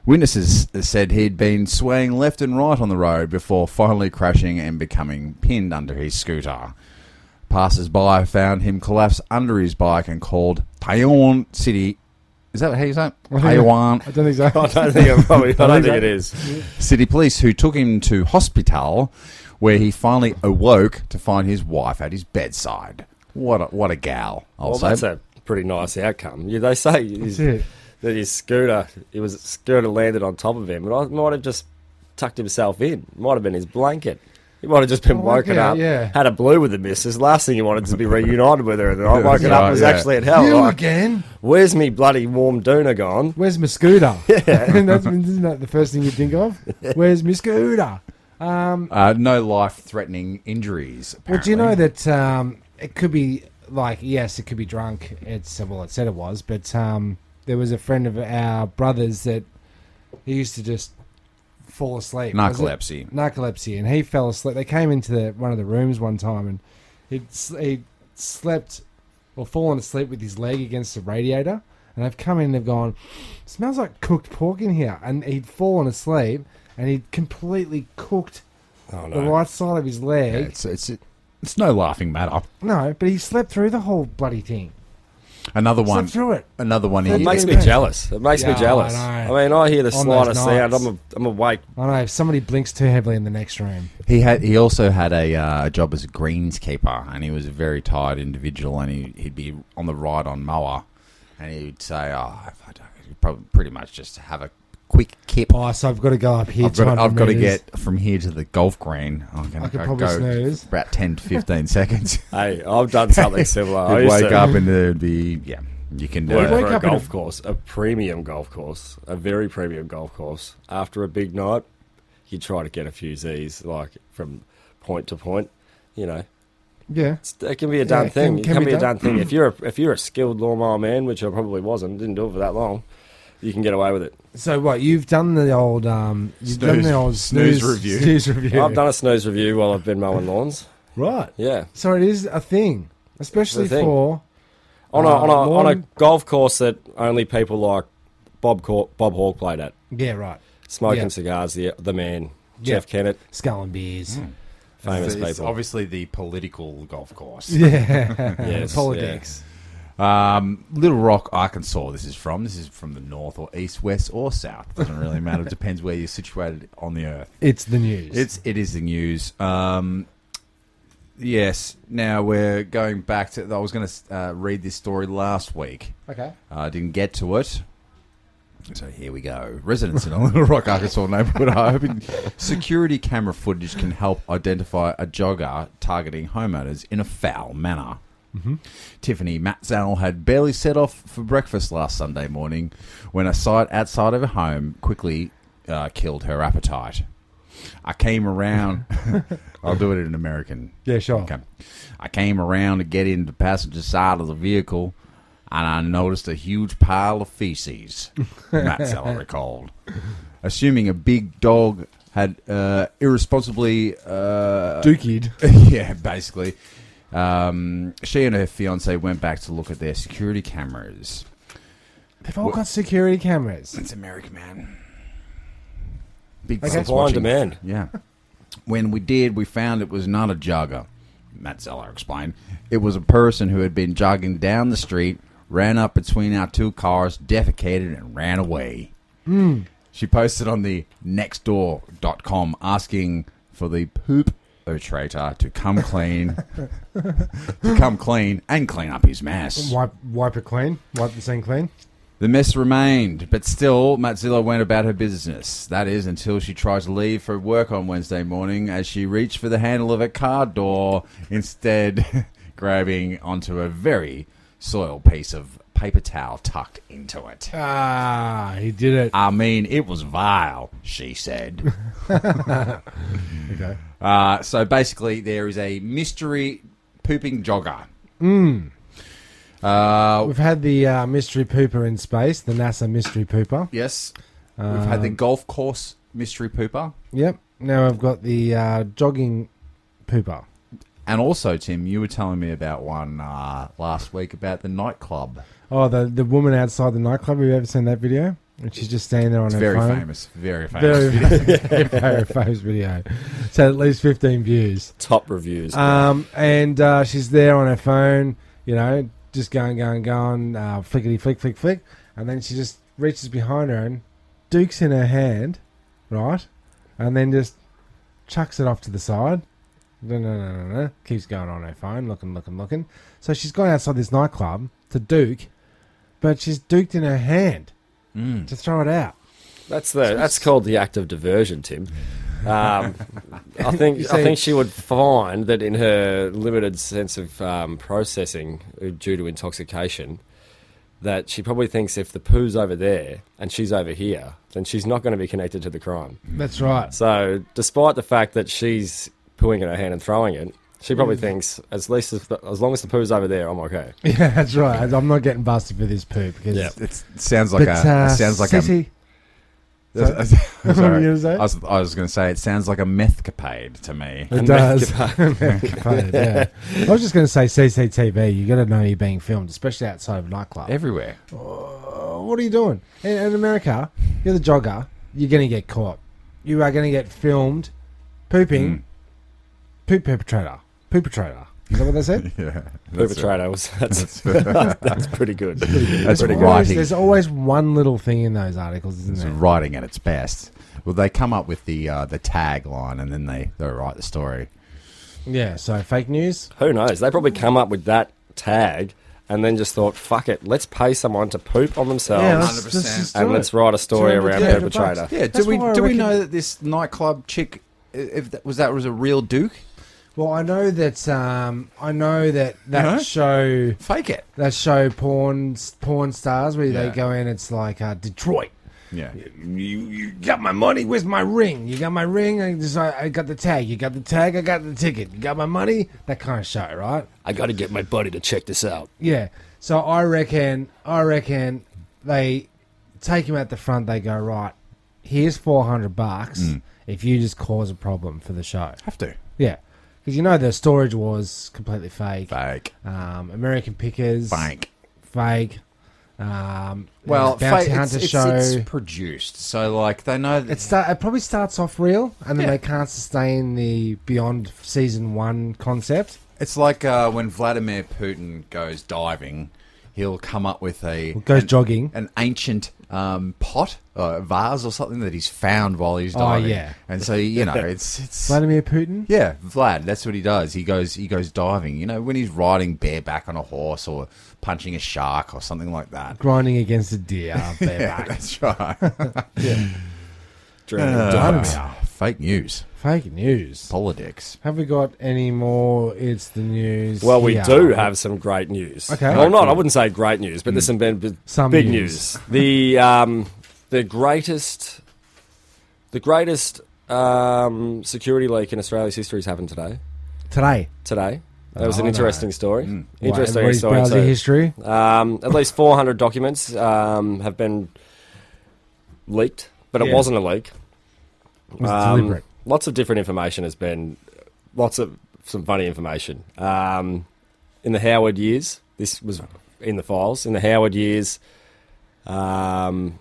Witnesses said he'd been swaying left and right on the road before finally crashing and becoming pinned under his scooter. Passers by found him collapsed under his bike and called Taiwan City. Is that how you say it? Taiwan
I don't think so.
I don't think I'm probably. I don't think it is.
City Police, who took him to hospital, where he finally awoke to find his wife at his bedside. What a, what a gal! I'll
Well,
say.
that's a pretty nice outcome. Yeah, they say his,
it.
that his scooter, it was scooter landed on top of him, and I might have just tucked himself in. Might have been his blanket. He might have just been
Oh,
woken
yeah,
up,
yeah.
had a blue with the missus. Last thing he wanted to be reunited with her, and then I
Yeah,
woken up
right,
and was
yeah.
actually at hell.
You
like,
again?
Where's me bloody warm doona gone?
Where's my scooter? That's, isn't that the first thing you think of? Where's my scooter? Um,
Uh, no life-threatening injuries.
well, do you
apparently.
know that um, it could be like yes, it could be drunk. It's well, it said it was, but um, there was a friend of our brothers that he used to just fall asleep. was it?
narcolepsy?
narcolepsy, and he fell asleep. They came into the, one of the rooms one time, and he'd, s- he slept or fallen asleep with his leg against the radiator. And they've come in and they've gone, smells like cooked pork in here. And he'd fallen asleep, and he'd completely cooked
Oh
the
no!
right side of his leg.
Yeah, it's it's it's no laughing matter.
no, but he slept through the whole bloody thing.
Another one.
Slept through it.
Another one.
It
He,
makes me
Yeah.
jealous. It makes
Yeah,
me jealous.
I
I,
know.
mean, I hear the
On
slightest
those
sound,
nights.
I'm a, I'm awake.
I know if somebody blinks too heavily in the next room.
he had. He also had a uh, job as a greenskeeper, and he was a very tired individual. And he, he'd be on the ride on mower, and he'd say, "Oh, if I don't, he'd probably pretty much just have a quick kip."
Oh, so I've got to go up here.
I've got,
200
I've got to
metres.
get from here to the golf green. I'm gonna
I could
go-
probably
go
snooze.
about ten to fifteen seconds.
Hey, I've done something similar. I
You'd
used
wake
to
up and it'd be yeah. You can do
work
it.
wake
for a
up in a-
golf course, a premium golf course, a very premium golf course. After a big night, you try to get a few Z's, like from point to point. You know,
Yeah.
it's, it can be a done
Yeah,
thing.
can-
it
can
can,
be
be, a
done.
done thing. if you're a, if you're a skilled lawnmower man, which I probably wasn't, didn't do it for that long, you can get away with it.
So what you've done the old um you've done
Snooze-
the old snooze,
snooze review.
Snooze review.
I've done a snooze review while I've been mowing lawns.
right.
Yeah,
So it is a thing, especially
thing.
for
on a
Uh,
on a, on a
lawn-
golf course that only people like Bob Cor- Bob Hawke played at,
yeah, right.
smoking
Yeah.
cigars, the the man.
Yeah.
Jeff Kennett,
Skull and beers.
famous
It's
people.
obviously the political golf course.
Yeah.
Yes,
Politics.
Um, Little Rock, Arkansas. This is from. This is from the north or east, west or south. Doesn't really matter. It depends where you're situated on the earth.
It's the news.
It's it is the news. Um, yes. Now we're going back to. I was going to uh, read this story last week.
okay.
Uh, I didn't get to it. So here we go. Residents in a Little Rock, Arkansas neighborhood are hoping security camera footage can help identify a jogger targeting homeowners in a foul manner. Tiffany Matzell had barely set off for breakfast last Sunday morning when a sight outside of her home quickly uh, killed her appetite. I came around. I'll do it in American.
Yeah, sure.
Okay. I came around to get into the passenger side of the vehicle and I noticed a huge pile of feces, Matt Seller recalled. Assuming a big dog had uh, irresponsibly. Uh,
Dookied.
yeah, basically. Um, she and her fiance went back to look at their security cameras.
They've all got security cameras.
It's America, man. Big
Okay.
dogs
Supply and
watching.
demand.
Yeah. When we did, we found it was not a jogger. Matt Zeller explained. It was a person who had been jogging down the street, ran up between our two cars, defecated, and ran away. She posted on the nextdoor.com asking for the poop a traitor to come clean, to come clean and clean up his mess.
Wipe, wipe it clean. Wipe the scene clean.
The mess remained, but still, Matzilla went about her business. That is, until she tried to leave for work on Wednesday morning as she reached for the handle of a car door, instead grabbing onto a very soiled piece of paper towel tucked into it.
Ah, he did it.
I mean, it was vile, she said.
Okay.
Uh, so basically, there is a mystery pooping jogger. Mm. Uh,
We've had the uh, mystery pooper in space, the NASA mystery pooper.
yes, we've had the
Um,
golf course mystery pooper.
Yep. Now I've got the uh, jogging pooper.
And also, Tim, you were telling me about one uh, last week about the nightclub.
Oh, the the woman outside the nightclub. Have you ever seen that video? And she's just standing there on
It's
her
very
phone.
famous. Very famous.
Very, very, very famous video. It's had at least 15 views.
Top reviews.
Um, and uh, she's there on her phone, you know, just going, going, going, uh, flickety flick, flick, flick. And then she just reaches behind her and dukes in her hand, right? And then just chucks it off to the side. No, no, no, no, no. Keeps going on her phone, looking, looking, looking. So she's gone outside this nightclub to duke, but she's duked in her hand
Mm.
to throw it out.
That's the that's called the act of diversion, Tim. Um, I think
You
I
see-
think she would find that in her limited sense of um, processing uh, due to intoxication, that she probably thinks if the poo's over there and she's over here, then she's not going to be connected to the crime.
That's right.
So, despite the fact that she's pooing in her hand and throwing it, she probably thinks as least as, as long as the poo's over there, I'm okay.
Yeah, that's right. I'm not getting busted for this poo because.
Yeah.
It's, it sounds like
But,
a.
uh,
it sounds like a.
Sissy,
I'm
What were you
sorry.
gonna say?
I was, I was going to say it sounds like a meth capade to me.
It does. Capone, yeah. I was just going to say CCTV. You got to know you're being filmed, especially outside of a nightclub.
Everywhere.
Uh, what are you doing? In, in America, you're the jogger. You're going to get caught. You are going to get filmed
Mm.
pooping. Poop perpetrator. Poop perpetrator. Is that what they said?
Yeah.
Pooper
That's, it.
trader was that's that's pretty good.
that's
Pretty
Always-
writing.
there's always one little thing in those articles, isn't
It's
there?
writing at its best. Well, they come up with the uh, the tagline and then they, they write the story.
Yeah. So fake news.
Who knows? They probably come up with that tag and then just thought, "Fuck it, let's pay someone to poop on
Oh,
themselves."
yeah. Let's,
100%.
let's just do
and
it.
let's write a story
200
around
yeah,
perpetrator.
bucks.
Yeah.
That's
do we
why I
do we
reckon-
know that this nightclub chick, i- if that, was that was a real Duke?
Well, I know that. Um, I know that that
Huh?
show.
Fake it.
that show porn porn stars where
Yeah.
they go in it's like uh, detroit
Yeah.
you, you got my money where's my ring you got my ring I, just, I, I got the tag you got the tag i got the ticket you got my money that kind of show right
I got to get my buddy to check this out.
yeah so i reckon i reckon they take him out the front they go right here's 400 bucks
Mm.
if you just cause a problem for the show
Have to.
yeah because you know the storage was completely fake
Fake.
um, american pickers
Fake.
fake. Um,
Well,
Bounty
fake, it's,
Hunter
it's,
show.
it's
it,
produced, so like they know that
start, it probably starts off real, and then
Yeah.
they can't sustain the beyond season one concept.
it's like uh, when Vladimir Putin goes diving, he'll come up with a
Goes
an,
jogging.
an ancient um, pot, uh, vase, or something that he's found while he's diving.
Oh, yeah.
and so you know it's it's.
Vladimir Putin.
Yeah, Vlad. That's what he does. He goes. He goes diving. You know, when he's riding bareback on a horse or punching a shark or something like that.
Grinding against a deer,
Yeah,
bareback.
that's right.
Dreaming of
Uh,
dogs.
fake news,
Fake news.
politics.
Have we got any more? It's the news.
Well, we
here?
do have some great news.
Okay. Hmm.
Well, not I wouldn't say great news, but there's some big,
Some
big
news.
news. The um, the greatest the greatest um, security leak in Australia's history has happened today.
today.
Today, that was
Oh,
an
no.
interesting story.
What,
Interesting
everybody's
story.
browser
too.
history.
Um, at least 400 documents um, have been leaked, but it
Yeah.
wasn't a leak.
It was deliberate.
Lots of different information has been, lots of some funny information. Um, in the Howard years, this was in the files. In the Howard years, um,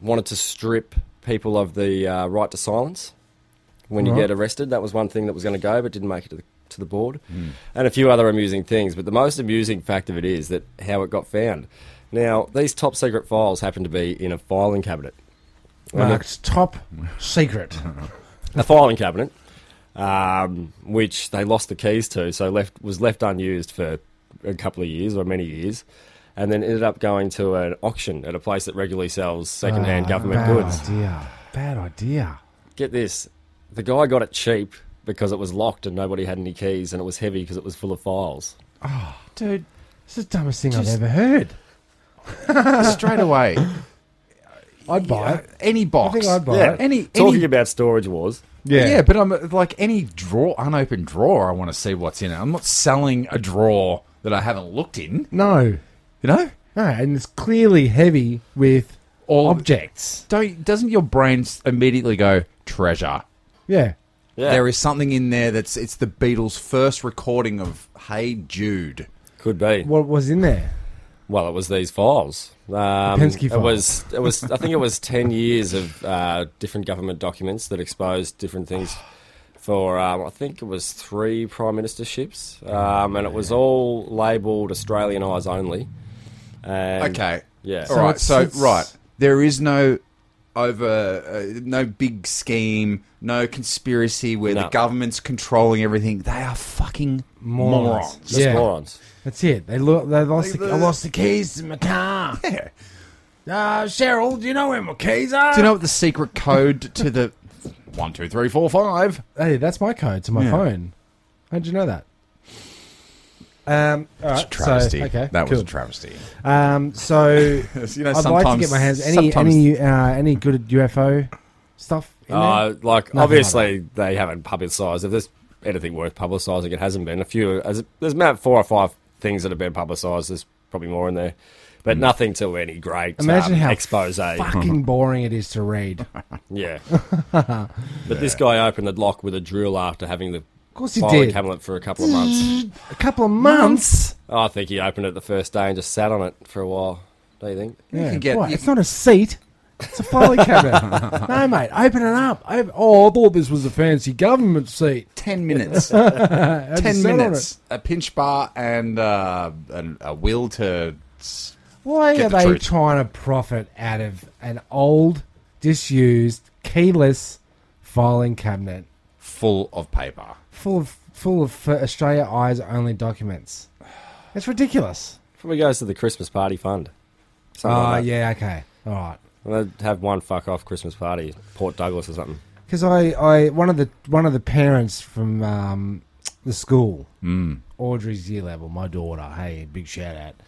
wanted to strip people of the uh, right to silence when you
Right.
get arrested. That was one thing that was going to go, but didn't make it to the, to the board, and a few other amusing things. But the most amusing fact of it is that how it got found. Now, these top secret files happen to be in a filing cabinet. And
Marked top secret.
a filing cabinet. um, which they lost the keys to, so left was left unused for a couple of years or many years, and then ended up going to an auction at a place that regularly sells secondhand
Ah,
government
bad
goods.
Idea. Bad idea.
Get this, the guy got it cheap because it was locked and nobody had any keys, and it was heavy because it was full of files.
Dude, this is the dumbest thing
Just-
I've ever heard.
straight away.
I'd buy
Yeah,
it.
any box.
I think I'd buy
Yeah.
it.
any
Talking
any,
about storage wars,
yeah. but I'm like any drawer, unopened drawer. I want to see what's in it. I'm not selling a drawer that I haven't looked in.
No.
You know,
No, and it's clearly heavy with
or
objects.
don't doesn't your brain s- immediately go treasure?
Yeah.
yeah,
There is something in there that's it's the Beatles' first recording of Hey Jude.
could be.
What was in there?
Well, it was these files. Um,
Penske
It
file.
was. It was. I think it was ten years of uh, different government documents that exposed different things. For um, I think it was three prime ministerships,
Oh,
um, and it was all labelled Australian eyes only. And
Okay,
Yeah.
all right.
it's-
So
it's-
right, there is no over, uh, no big scheme, no conspiracy where the
No.
government's controlling everything. They are fucking
Morons.
morons.
Just
Yeah.
morons.
That's it. They, lo- they lost.
Like
the,
the-
I lost the keys to my car.
Yeah.
Uh, Cheryl, do you know where my keys are?
Do you know what the secret code to the one, two, three, four, five?
Hey, that's my code to my
Yeah.
phone. How'd you know that? Um, all
It's
right,
a travesty.
So, okay,
that
cool.
was a travesty.
Um, so
you know,
I'd like to get my hands any
sometimes-
any uh, any good UFO stuff. In
Uh, like
Nothing like
obviously they haven't publicised. If there's anything worth publicising, it hasn't been. A few. as- There's about four or five things that have been publicised. There's probably more in there, but nothing to any great
Hmm. Imagine
um,
how
expose.
there? Fucking boring it is to read. Of
Yeah. but this guy opened the lock with a drill after having the
course he
filing
did.
cabinet for a couple of months.
A couple of months.
I think he opened it the first day and just sat on it for a while. Don't you think?
You can get-
what?
you-
it's not a seat. It's a filing cabinet. no, mate, open it up. Op- oh, I thought this was a fancy government seat.
10 minutes.
How'd you
10
sit on
minutes. A pinch bar and uh, an, a will to. s-
Why
Get
are
the
they
truth.
trying to profit out of an old, disused, keyless filing cabinet
Full of paper.
full of full of for Australia eyes only documents? It's ridiculous.
Probably goes to the Christmas party fund.
Oh
Something like that.
yeah, okay, all right.
And They'd have one fuck off Christmas party, Port Douglas or something.
Because I, I one of the one of the parents from um, the school, Audrey's year level, my daughter. Hey, big shout out.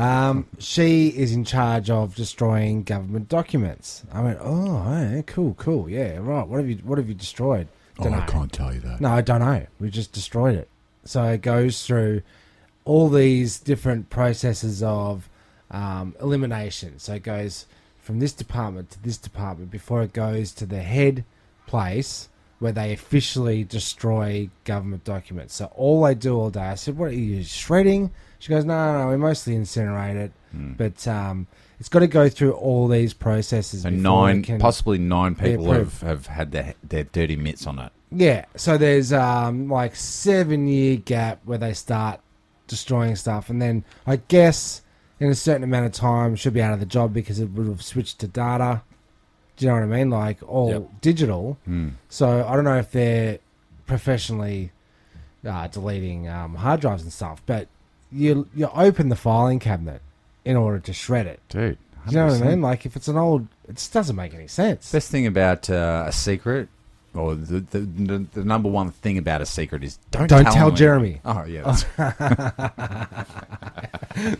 Um, she is in charge of destroying government documents. I went, oh, hey, cool, cool, yeah, right. What have you What have you destroyed? Dunno.
tell you that.
No, I don't know. We just destroyed it. So it goes through all these different processes of um, elimination. So it goes from this department to this department before it goes to the head place where they officially destroy government documents. So all they do all day, I said, "What are you shredding?" She goes, "No, no, no we mostly incinerate it,
Hmm.
but um, it's got to go through all these processes."
And
before it
nine,
can-
possibly nine
be
people
approved.
have, have had their, their dirty mitts on it.
Yeah, so there's um like seven year gap where they start destroying stuff, and then I guess in a certain amount of time should be out of the job because it would have switched to data. Do you know what I mean? Like all
Yep. Hmm.
digital. So I don't know if they're professionally uh, deleting um, hard drives and stuff, but you you open the filing cabinet in order to shred it.
Dude.
Do you know what I mean? Like if it's an old, it just doesn't make any sense.
Best thing about uh, a secret, or the, the, the, the number one thing about a secret is don't,
Don't
tell,
tell
anyone.
Jeremy.
Oh, yeah. That's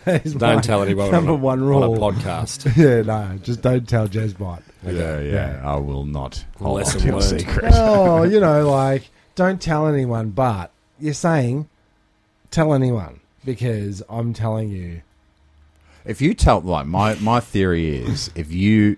Is
Don't
my
tell anyone.
Number
on a,
one
on a
rule.
podcast.
Yeah, no, just don't tell Jezbot.
Yeah, yeah, I will not hold on
Lesson
to your
learned.
secret.
oh, you know, like, don't tell anyone, but you're saying, tell anyone, because I'm telling you.
If you tell, like, my, my theory is if you,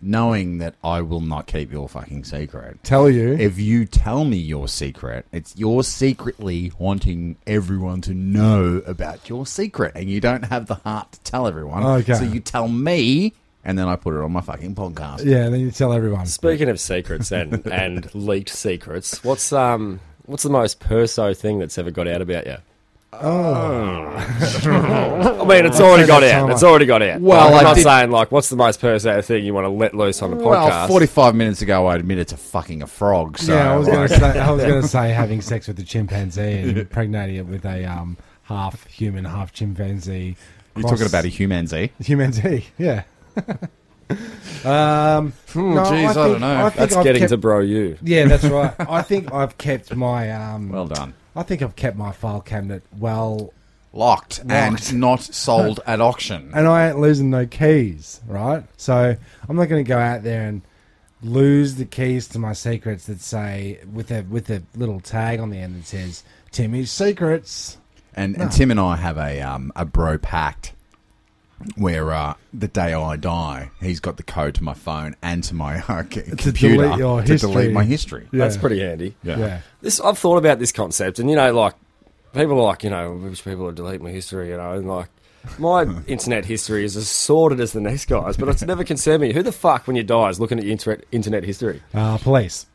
knowing that I will not keep your fucking secret,
Tell you.
if you tell me your secret, it's you're secretly wanting everyone to know about your secret and you don't have the heart to tell everyone.
Okay.
So you tell me and then I put it on my fucking podcast.
yeah, then you tell everyone.
Speaking of secrets and, and leaked secrets, what's um what's the most perso thing that's ever got out about you?
Oh.
I mean, it's already got
that time
out. It's
up.
already got out.
Well,
Like, I'm
I
not
did-
saying like what's the most personal thing you want to let loose on a podcast.
Well, 45 minutes ago, I admitted to fucking a frog. So
yeah, I was
like,
gonna say I was gonna say having sex with a chimpanzee and impregnating it with a um, half human, half chimpanzee.
you're talking about a humanzee.
chimpanzee? Yeah. um,
Hmm,
no,
geez, I don't
think-
know.
I think
That's
I've
getting
kept-
to bro you.
Yeah, that's right. I think I've kept my um,
Well done.
I think I've kept my file cabinet well,
Locked,
Locked.
and not sold at auction.
and I ain't losing no keys, right? So I'm not going to go out there and lose the keys to my secrets that say with a with a little tag on the end that says Timmy's secrets.
And,
No.
and Tim and I have a um, a bro pact where uh, the day I die, he's got the code to my phone and to my uh, c- computer
delete your
to
history.
delete my history.
That's pretty handy.
Yeah. yeah.
This I've thought about this concept, and you know, like people are like you know, which people are deleting my history, you know, and like my internet history is as sordid as the next guy's, but it's never concerned me. Who the fuck, when you die, is looking at your internet internet history?
Uh, police.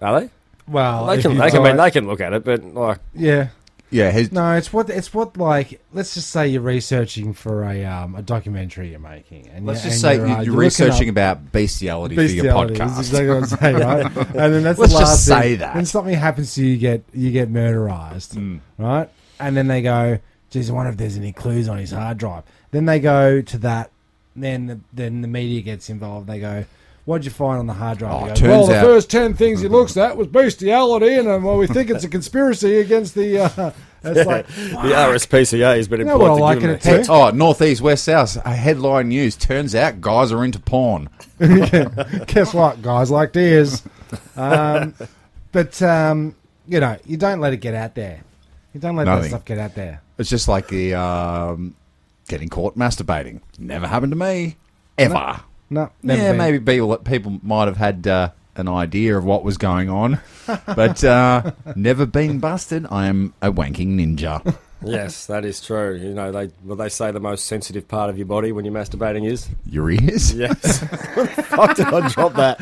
Are they?
Well,
they
Oh, if
can,
you
they can, I mean,
die-
they can look at it, but like,
yeah.
Yeah, his,
No, it's what it's what like. Let's just say you're researching for a um, a documentary you're making, and
let's
you-
just
and
say
you're,
you're,
uh,
you're,
you're looking up-
researching about bestiality,
Bestiality
for your podcast.
is exactly what I'm saying, right? And then that's
Let's
the
just
last
say
thing.
that. Mm.
When something happens to you, you get you get murderized, right? And then they go, "Geez, I wonder if there's any clues on his hard drive." Then they go to that. Then the, then the media gets involved. They go, "What'd you find on the hard drive?"
Oh,
They go,
turns
well, the
out-
first ten things he looks at was bestiality, and um, well, we think it's a conspiracy against the. Uh, it's like
the RSPCA has been
know what
important.
I
to
like
give
in a
them
text?
Oh, northeast, west, south. A headline news. Turns out guys are into porn.
Guess what? Guys like deers. Um, but, um, you know, you don't let it get out there. You don't let that
Nothing.
stuff get out there.
It's just like the um, getting caught masturbating. Never happened to me ever.
No, never
Yeah,
been.
maybe people people might have had uh, an idea of what was going on, but uh, never been busted. I am a wanking ninja.
Yes, that is true. You know, they well, they say the most sensitive part of your body when you're masturbating is.
Your ears.
Yes. Fuck did I drop that?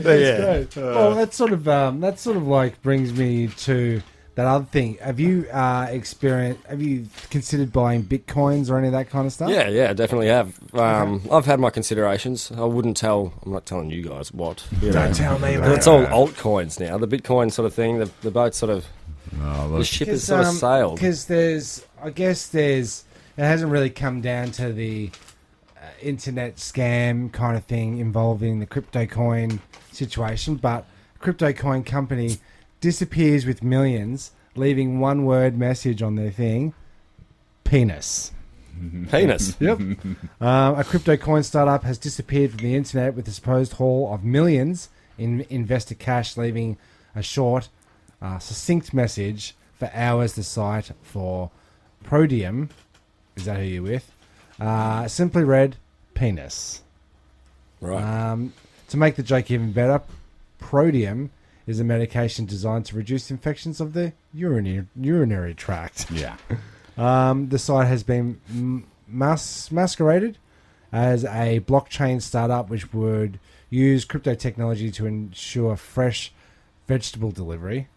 but yeah.
Great. well, that's sort of um, that sort of like brings me to that other thing. Have you uh, experienced? Have you considered buying bitcoins or any of that kind of stuff?
Yeah, yeah, definitely have. Um, I've had my considerations. I wouldn't tell. I'm not telling you guys what. You know.
Don't tell me,
But
mate.
it's all altcoins now. The Bitcoin sort of thing. The, the boat sort of.
Oh,
The
look.
ship has sort
um,
of sailed.
Because there's, I guess there's, it hasn't really come down to the uh, internet scam kind of thing involving the crypto coin situation, but crypto coin company disappears with millions, leaving one word message on their thing: penis.
Penis.
Yep. um, a crypto coin startup has disappeared from the internet with a supposed haul of millions in investor cash, leaving a short, uh, succinct message for hours the site for Prodium, is that who you're with? Uh, simply read, penis.
Right.
Um, to make the joke even better, Prodium is a medication designed to reduce infections of the urinary, urinary tract.
yeah.
Um, the site has been m- mas- masqueraded as a blockchain startup which would use crypto technology to ensure fresh vegetable delivery.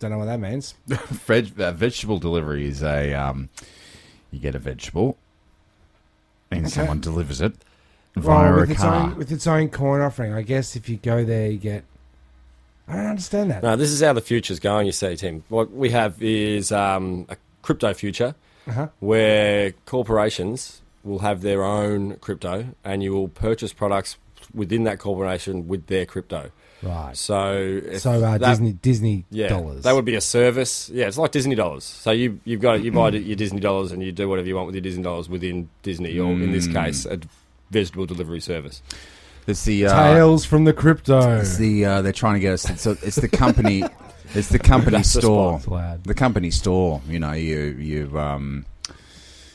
Don't know what that means.
Veg- uh, vegetable delivery is a um, you get a vegetable and someone delivers it via
Well, with,
a
its
car.
own, with its own coin offering, I guess if you go there, you get. I don't understand that.
No, this is how the future's going. You see, Tim. What we have is um, a crypto future
Uh-huh.
where corporations will have their own crypto, and you will purchase products within that corporation with their crypto.
Right.
So, if
So uh,
that-
Disney Disney
yeah,
dollars.
That would be a service. Yeah, it's like Disney dollars. So you you've got you buy your Disney dollars and you do whatever you want with your Disney dollars within Disney, or in this
Mm.
case, a vegetable delivery service.
It's the uh,
Tales from the crypto.
it's the uh, they're trying to get us. So it's the company. it's the company
That's the
store.
It's loud.
The company store. You know, you you um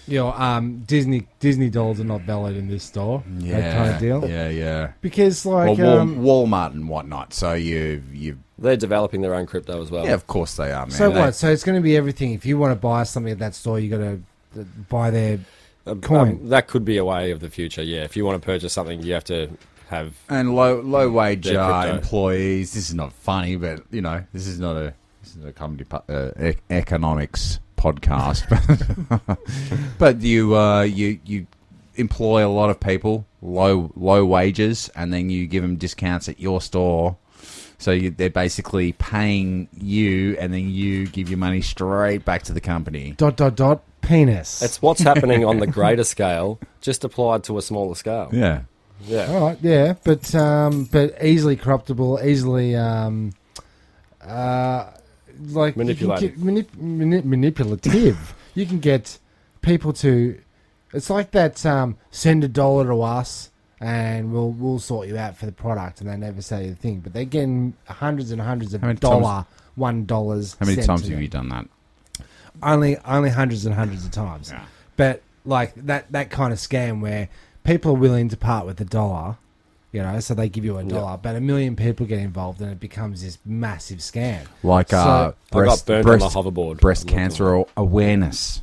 You know, um, Disney Disney dollars are not valid in this store.
yeah
That kind of deal.
Yeah, yeah.
Because like
well, Wal-
um,
Walmart and whatnot. So you you
They're developing their own crypto as well.
yeah, of course they are. Man.
Oh. So
They-
what? So it's going to be everything. If you want to buy something at that store, you got to buy their.
Um,
Coin.
um, that could be a way of the future. Yeah, if you want to purchase something, you have to have.
And low low wage
Mm, They're
uh,
crypto.
employees. This is not funny, but you know this is not a. This is a comedy po- uh, e- economics podcast, but you uh, you you employ a lot of people, low low wages, and then you give them discounts at your store. So you, they're basically paying you, and then you give your money straight back to the company.
Dot dot dot penis.
It's what's happening on the greater scale, just applied to a smaller scale.
Yeah,
Yeah.
all right. Yeah, but um, but easily corruptible, easily um, uh, like you can
Manipulated.
get manip- mani- manipulative. you can get people to. It's like that. Um, send a dollar to us, and we'll we'll sort you out for the product, and they never say a thing. But they're getting hundreds and hundreds of
How many
dollar one dollars.
how many
sent
times
to
have
them.
you done that?
only only hundreds and hundreds of times.
Yeah.
But like that that kind of scam where people are willing to part with a dollar, you know, so they give you a dollar, but a million people get involved and it becomes this massive scam.
Like uh,
So-
breast
I got burnt
breast,
on the hoverboard.
breast
I'm not doing
cancer a- awareness.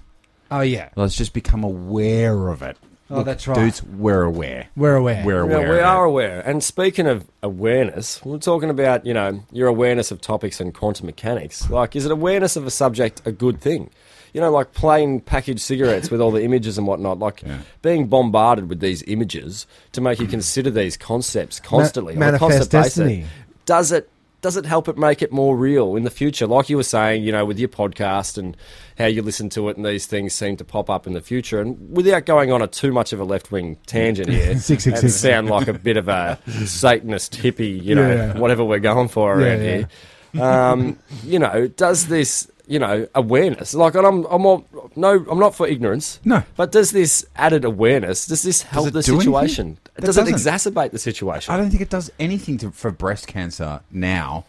Oh yeah.
Let's just become aware of it.
Oh, that's right.
Dudes, we're aware.
We're aware.
We're
it.
aware.
Yeah, we
of
are
it.
aware. And speaking of awareness, we're talking about, you know, your awareness of topics and quantum mechanics. Like, is it awareness of a subject a good thing? You know, like plain packaged cigarettes with all the images and whatnot, like
Yeah.
being bombarded with these images to make you consider these concepts constantly on a
manifest
constant
destiny.
basis. Does it does it help it make it more real in the future? Like you were saying, you know, with your podcast and how you listen to it and these things seem to pop up in the future. And without going on a too much of a left wing tangent here
Six, six,
and
six.
sound like a bit of a Satanist hippie, you know,
Yeah.
whatever we're going for
Yeah,
around
yeah.
here um, you know, does this, you know, awareness like, and I'm, I'm all, no, I'm not for ignorance.
No.
but does this added awareness does this help
it
the
do anything?
situation?
It
does it
doesn't.
exacerbate the
I
situation?
don't think it does anything to, for breast cancer now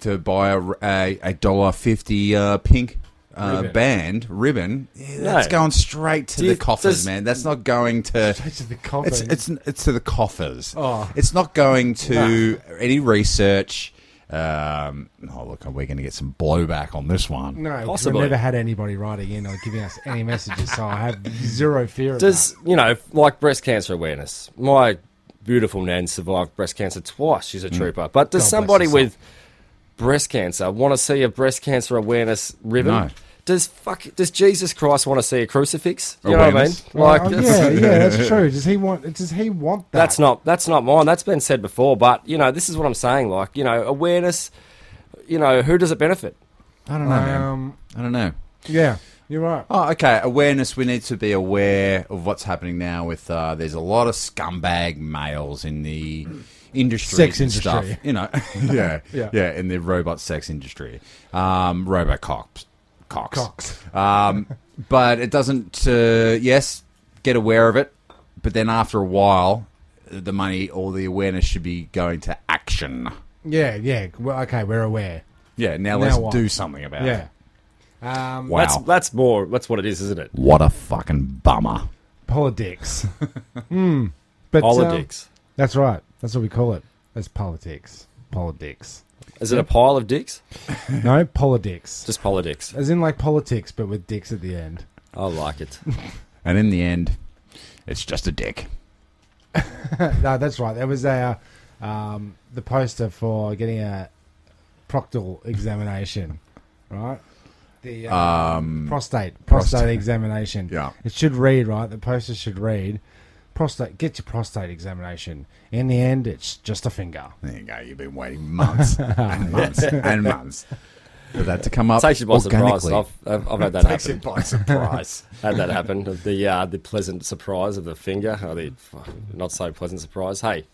to buy a, a, a dollar fifty uh, pink uh, band ribbon. Yeah, that's
No.
going straight to
Do
the
you-
coffers,
does-
man. That's not going to.
to the
It's
coffers.
it's it's to the coffers.
Oh. Ah.
It's not going to any research. Um, oh look, we're going to get some blowback on this one.
no, 'cause
Possibly.
we've never had anybody writing in or giving us any messages, so I have zero fear of
Does you know, like breast cancer awareness? My beautiful nan survived breast cancer twice. She's a trooper. But
God
does
bless
somebody
her
with breast cancer want to see a breast cancer awareness ribbon?
No.
Does fuck? Does Jesus Christ want to see a crucifix? You
Awareness?
know what I mean?
Oh,
Like,
yeah, yeah, that's true. Does he want? Does he want that?
That's not that's not mine. That's been said before. But you know, this is what I'm saying. Like you know, awareness. You know, who does it benefit?
I don't know, man.
Um,
I don't know.
yeah, you're right.
Oh, okay. Awareness. We need to be aware of what's happening now. With uh, there's a lot of scumbag males in the industry,
Sex
and
industry.
stuff. You know, yeah,
Yeah.
yeah, in the robot sex industry, um, robo cops, cocks,
Cocks.
Um, but it doesn't. Uh, yes, get aware of it, but then after a while, the money or the awareness should be going to action.
Yeah, yeah. Well, okay, we're aware.
Yeah. Now,
Now
let's
what?
do something about
Yeah.
it.
Um,
Wow.
That's that's more. That's what it is, isn't it?
What a fucking bummer.
politics. Hmm. But um,
Politics.
that's right. That's what we call it. That's politics. Politics.
Is it a pile of dicks?
No, politics.
Just politics.
As in like politics, but with dicks at the end.
I like it.
And in the end, it's just a dick.
No, that's right. That was our um, the poster for getting a proctal examination, right? The uh,
Um,
prostate prostate
prostate.
examination.
Yeah.
It should read, right? The poster should read prostate get your prostate examination. In the end it's just a finger.
there you go. You've been waiting months and months and months for that to come up
Takes you by surprise.
organically.
I've, I've, I've had that
Takes you
happen.
by surprise.
Had that happen. The uh, the pleasant surprise of the finger, or the f- not so pleasant surprise. Hey,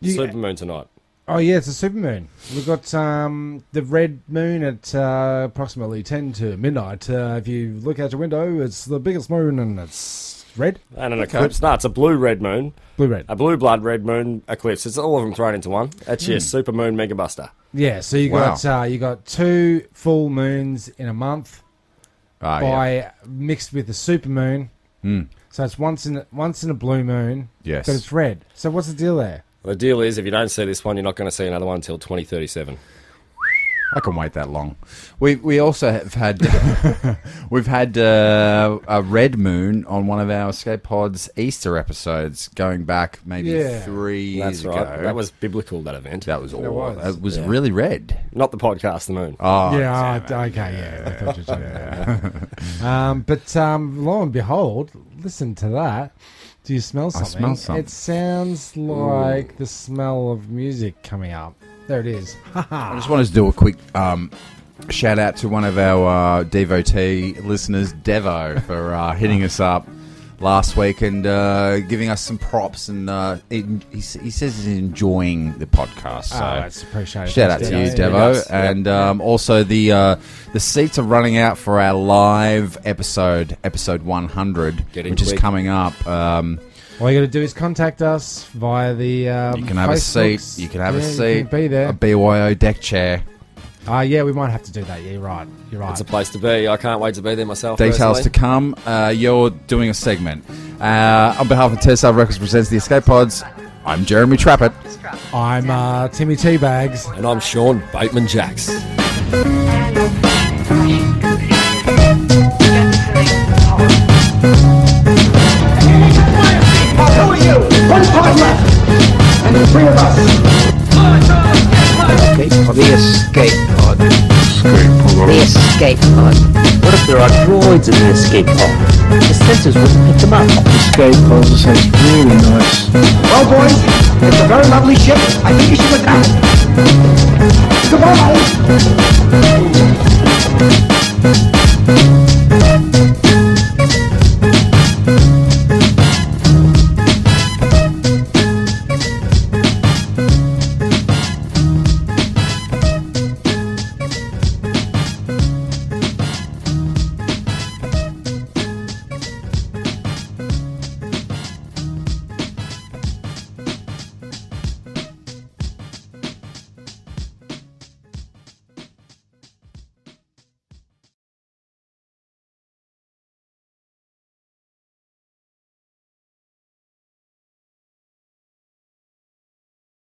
You-
supermoon tonight.
Oh yeah, it's a supermoon. We've got um, the red moon at uh, approximately ten to midnight. Uh, if you look out your window, it's the biggest moon and it's red,
And an eclipse. No, it's a blue red moon,
blue red.
Um,
a blue blood red moon eclipse. It's all of them thrown into one. That's
Hmm.
your supermoon mega buster.
Yeah, so you
Wow.
got uh, you got two full moons in a month
Ah, yeah.
by mixed with a supermoon.
Mm,
So it's once in a, once in a blue moon,
yes.
but it's red. So what's the deal there?
The deal is, if you don't see this one, you're not going to see another one until 2037.
I can wait that long. We we also have had we've had uh, a red moon on one of our escape pods Easter episodes going back maybe
Yeah.
three years
That's right.
ago.
That was biblical. That event.
that was all. It was,
was.
Yeah.
really red.
Not the podcast. The moon.
Oh
yeah, oh, okay, yeah. I thought you were talking about that. um, but um, lo and behold, listen to that. Do you smell
I smell
something?
something.
It sounds like the smell of music coming up. There it is.
I just wanted to do a quick um, shout out to one of our uh, devotee listeners, Devo, for uh, hitting us up last week and uh, giving us some props. And uh, he, he s- he says he's enjoying the podcast. So.
oh, it's appreciated.
Shout out
Thanks,
to you,
Dave.
Devo, and um, also the uh, the seats are running out for our live episode, episode 100,
Get in
which is
quick.
coming up. Um,
All you got to do is contact us via the. Um,
you can have a
Facebooks.
seat. You can have
Yeah,
a
you
seat.
can be
A
there.
BYO deck chair.
Ah, yeah, we might have to do that. Yeah, you're right. You're right.
It's a place to be. I can't wait to be there myself.
Details to
personally.
come. Uh, you're doing a segment. Uh, on behalf of TSR Records presents the Escape Pods. I'm Jeremy Trappett.
I'm uh, Timmy Teabags.
And I'm Sean Bateman Jacks.
The escape pod. The escape pod. What if there are droids in the escape pod? The sensors wouldn't pick them up.
escape process is really nice.
Well, boys, it's a very lovely ship. I think you should look at it. Goodbye.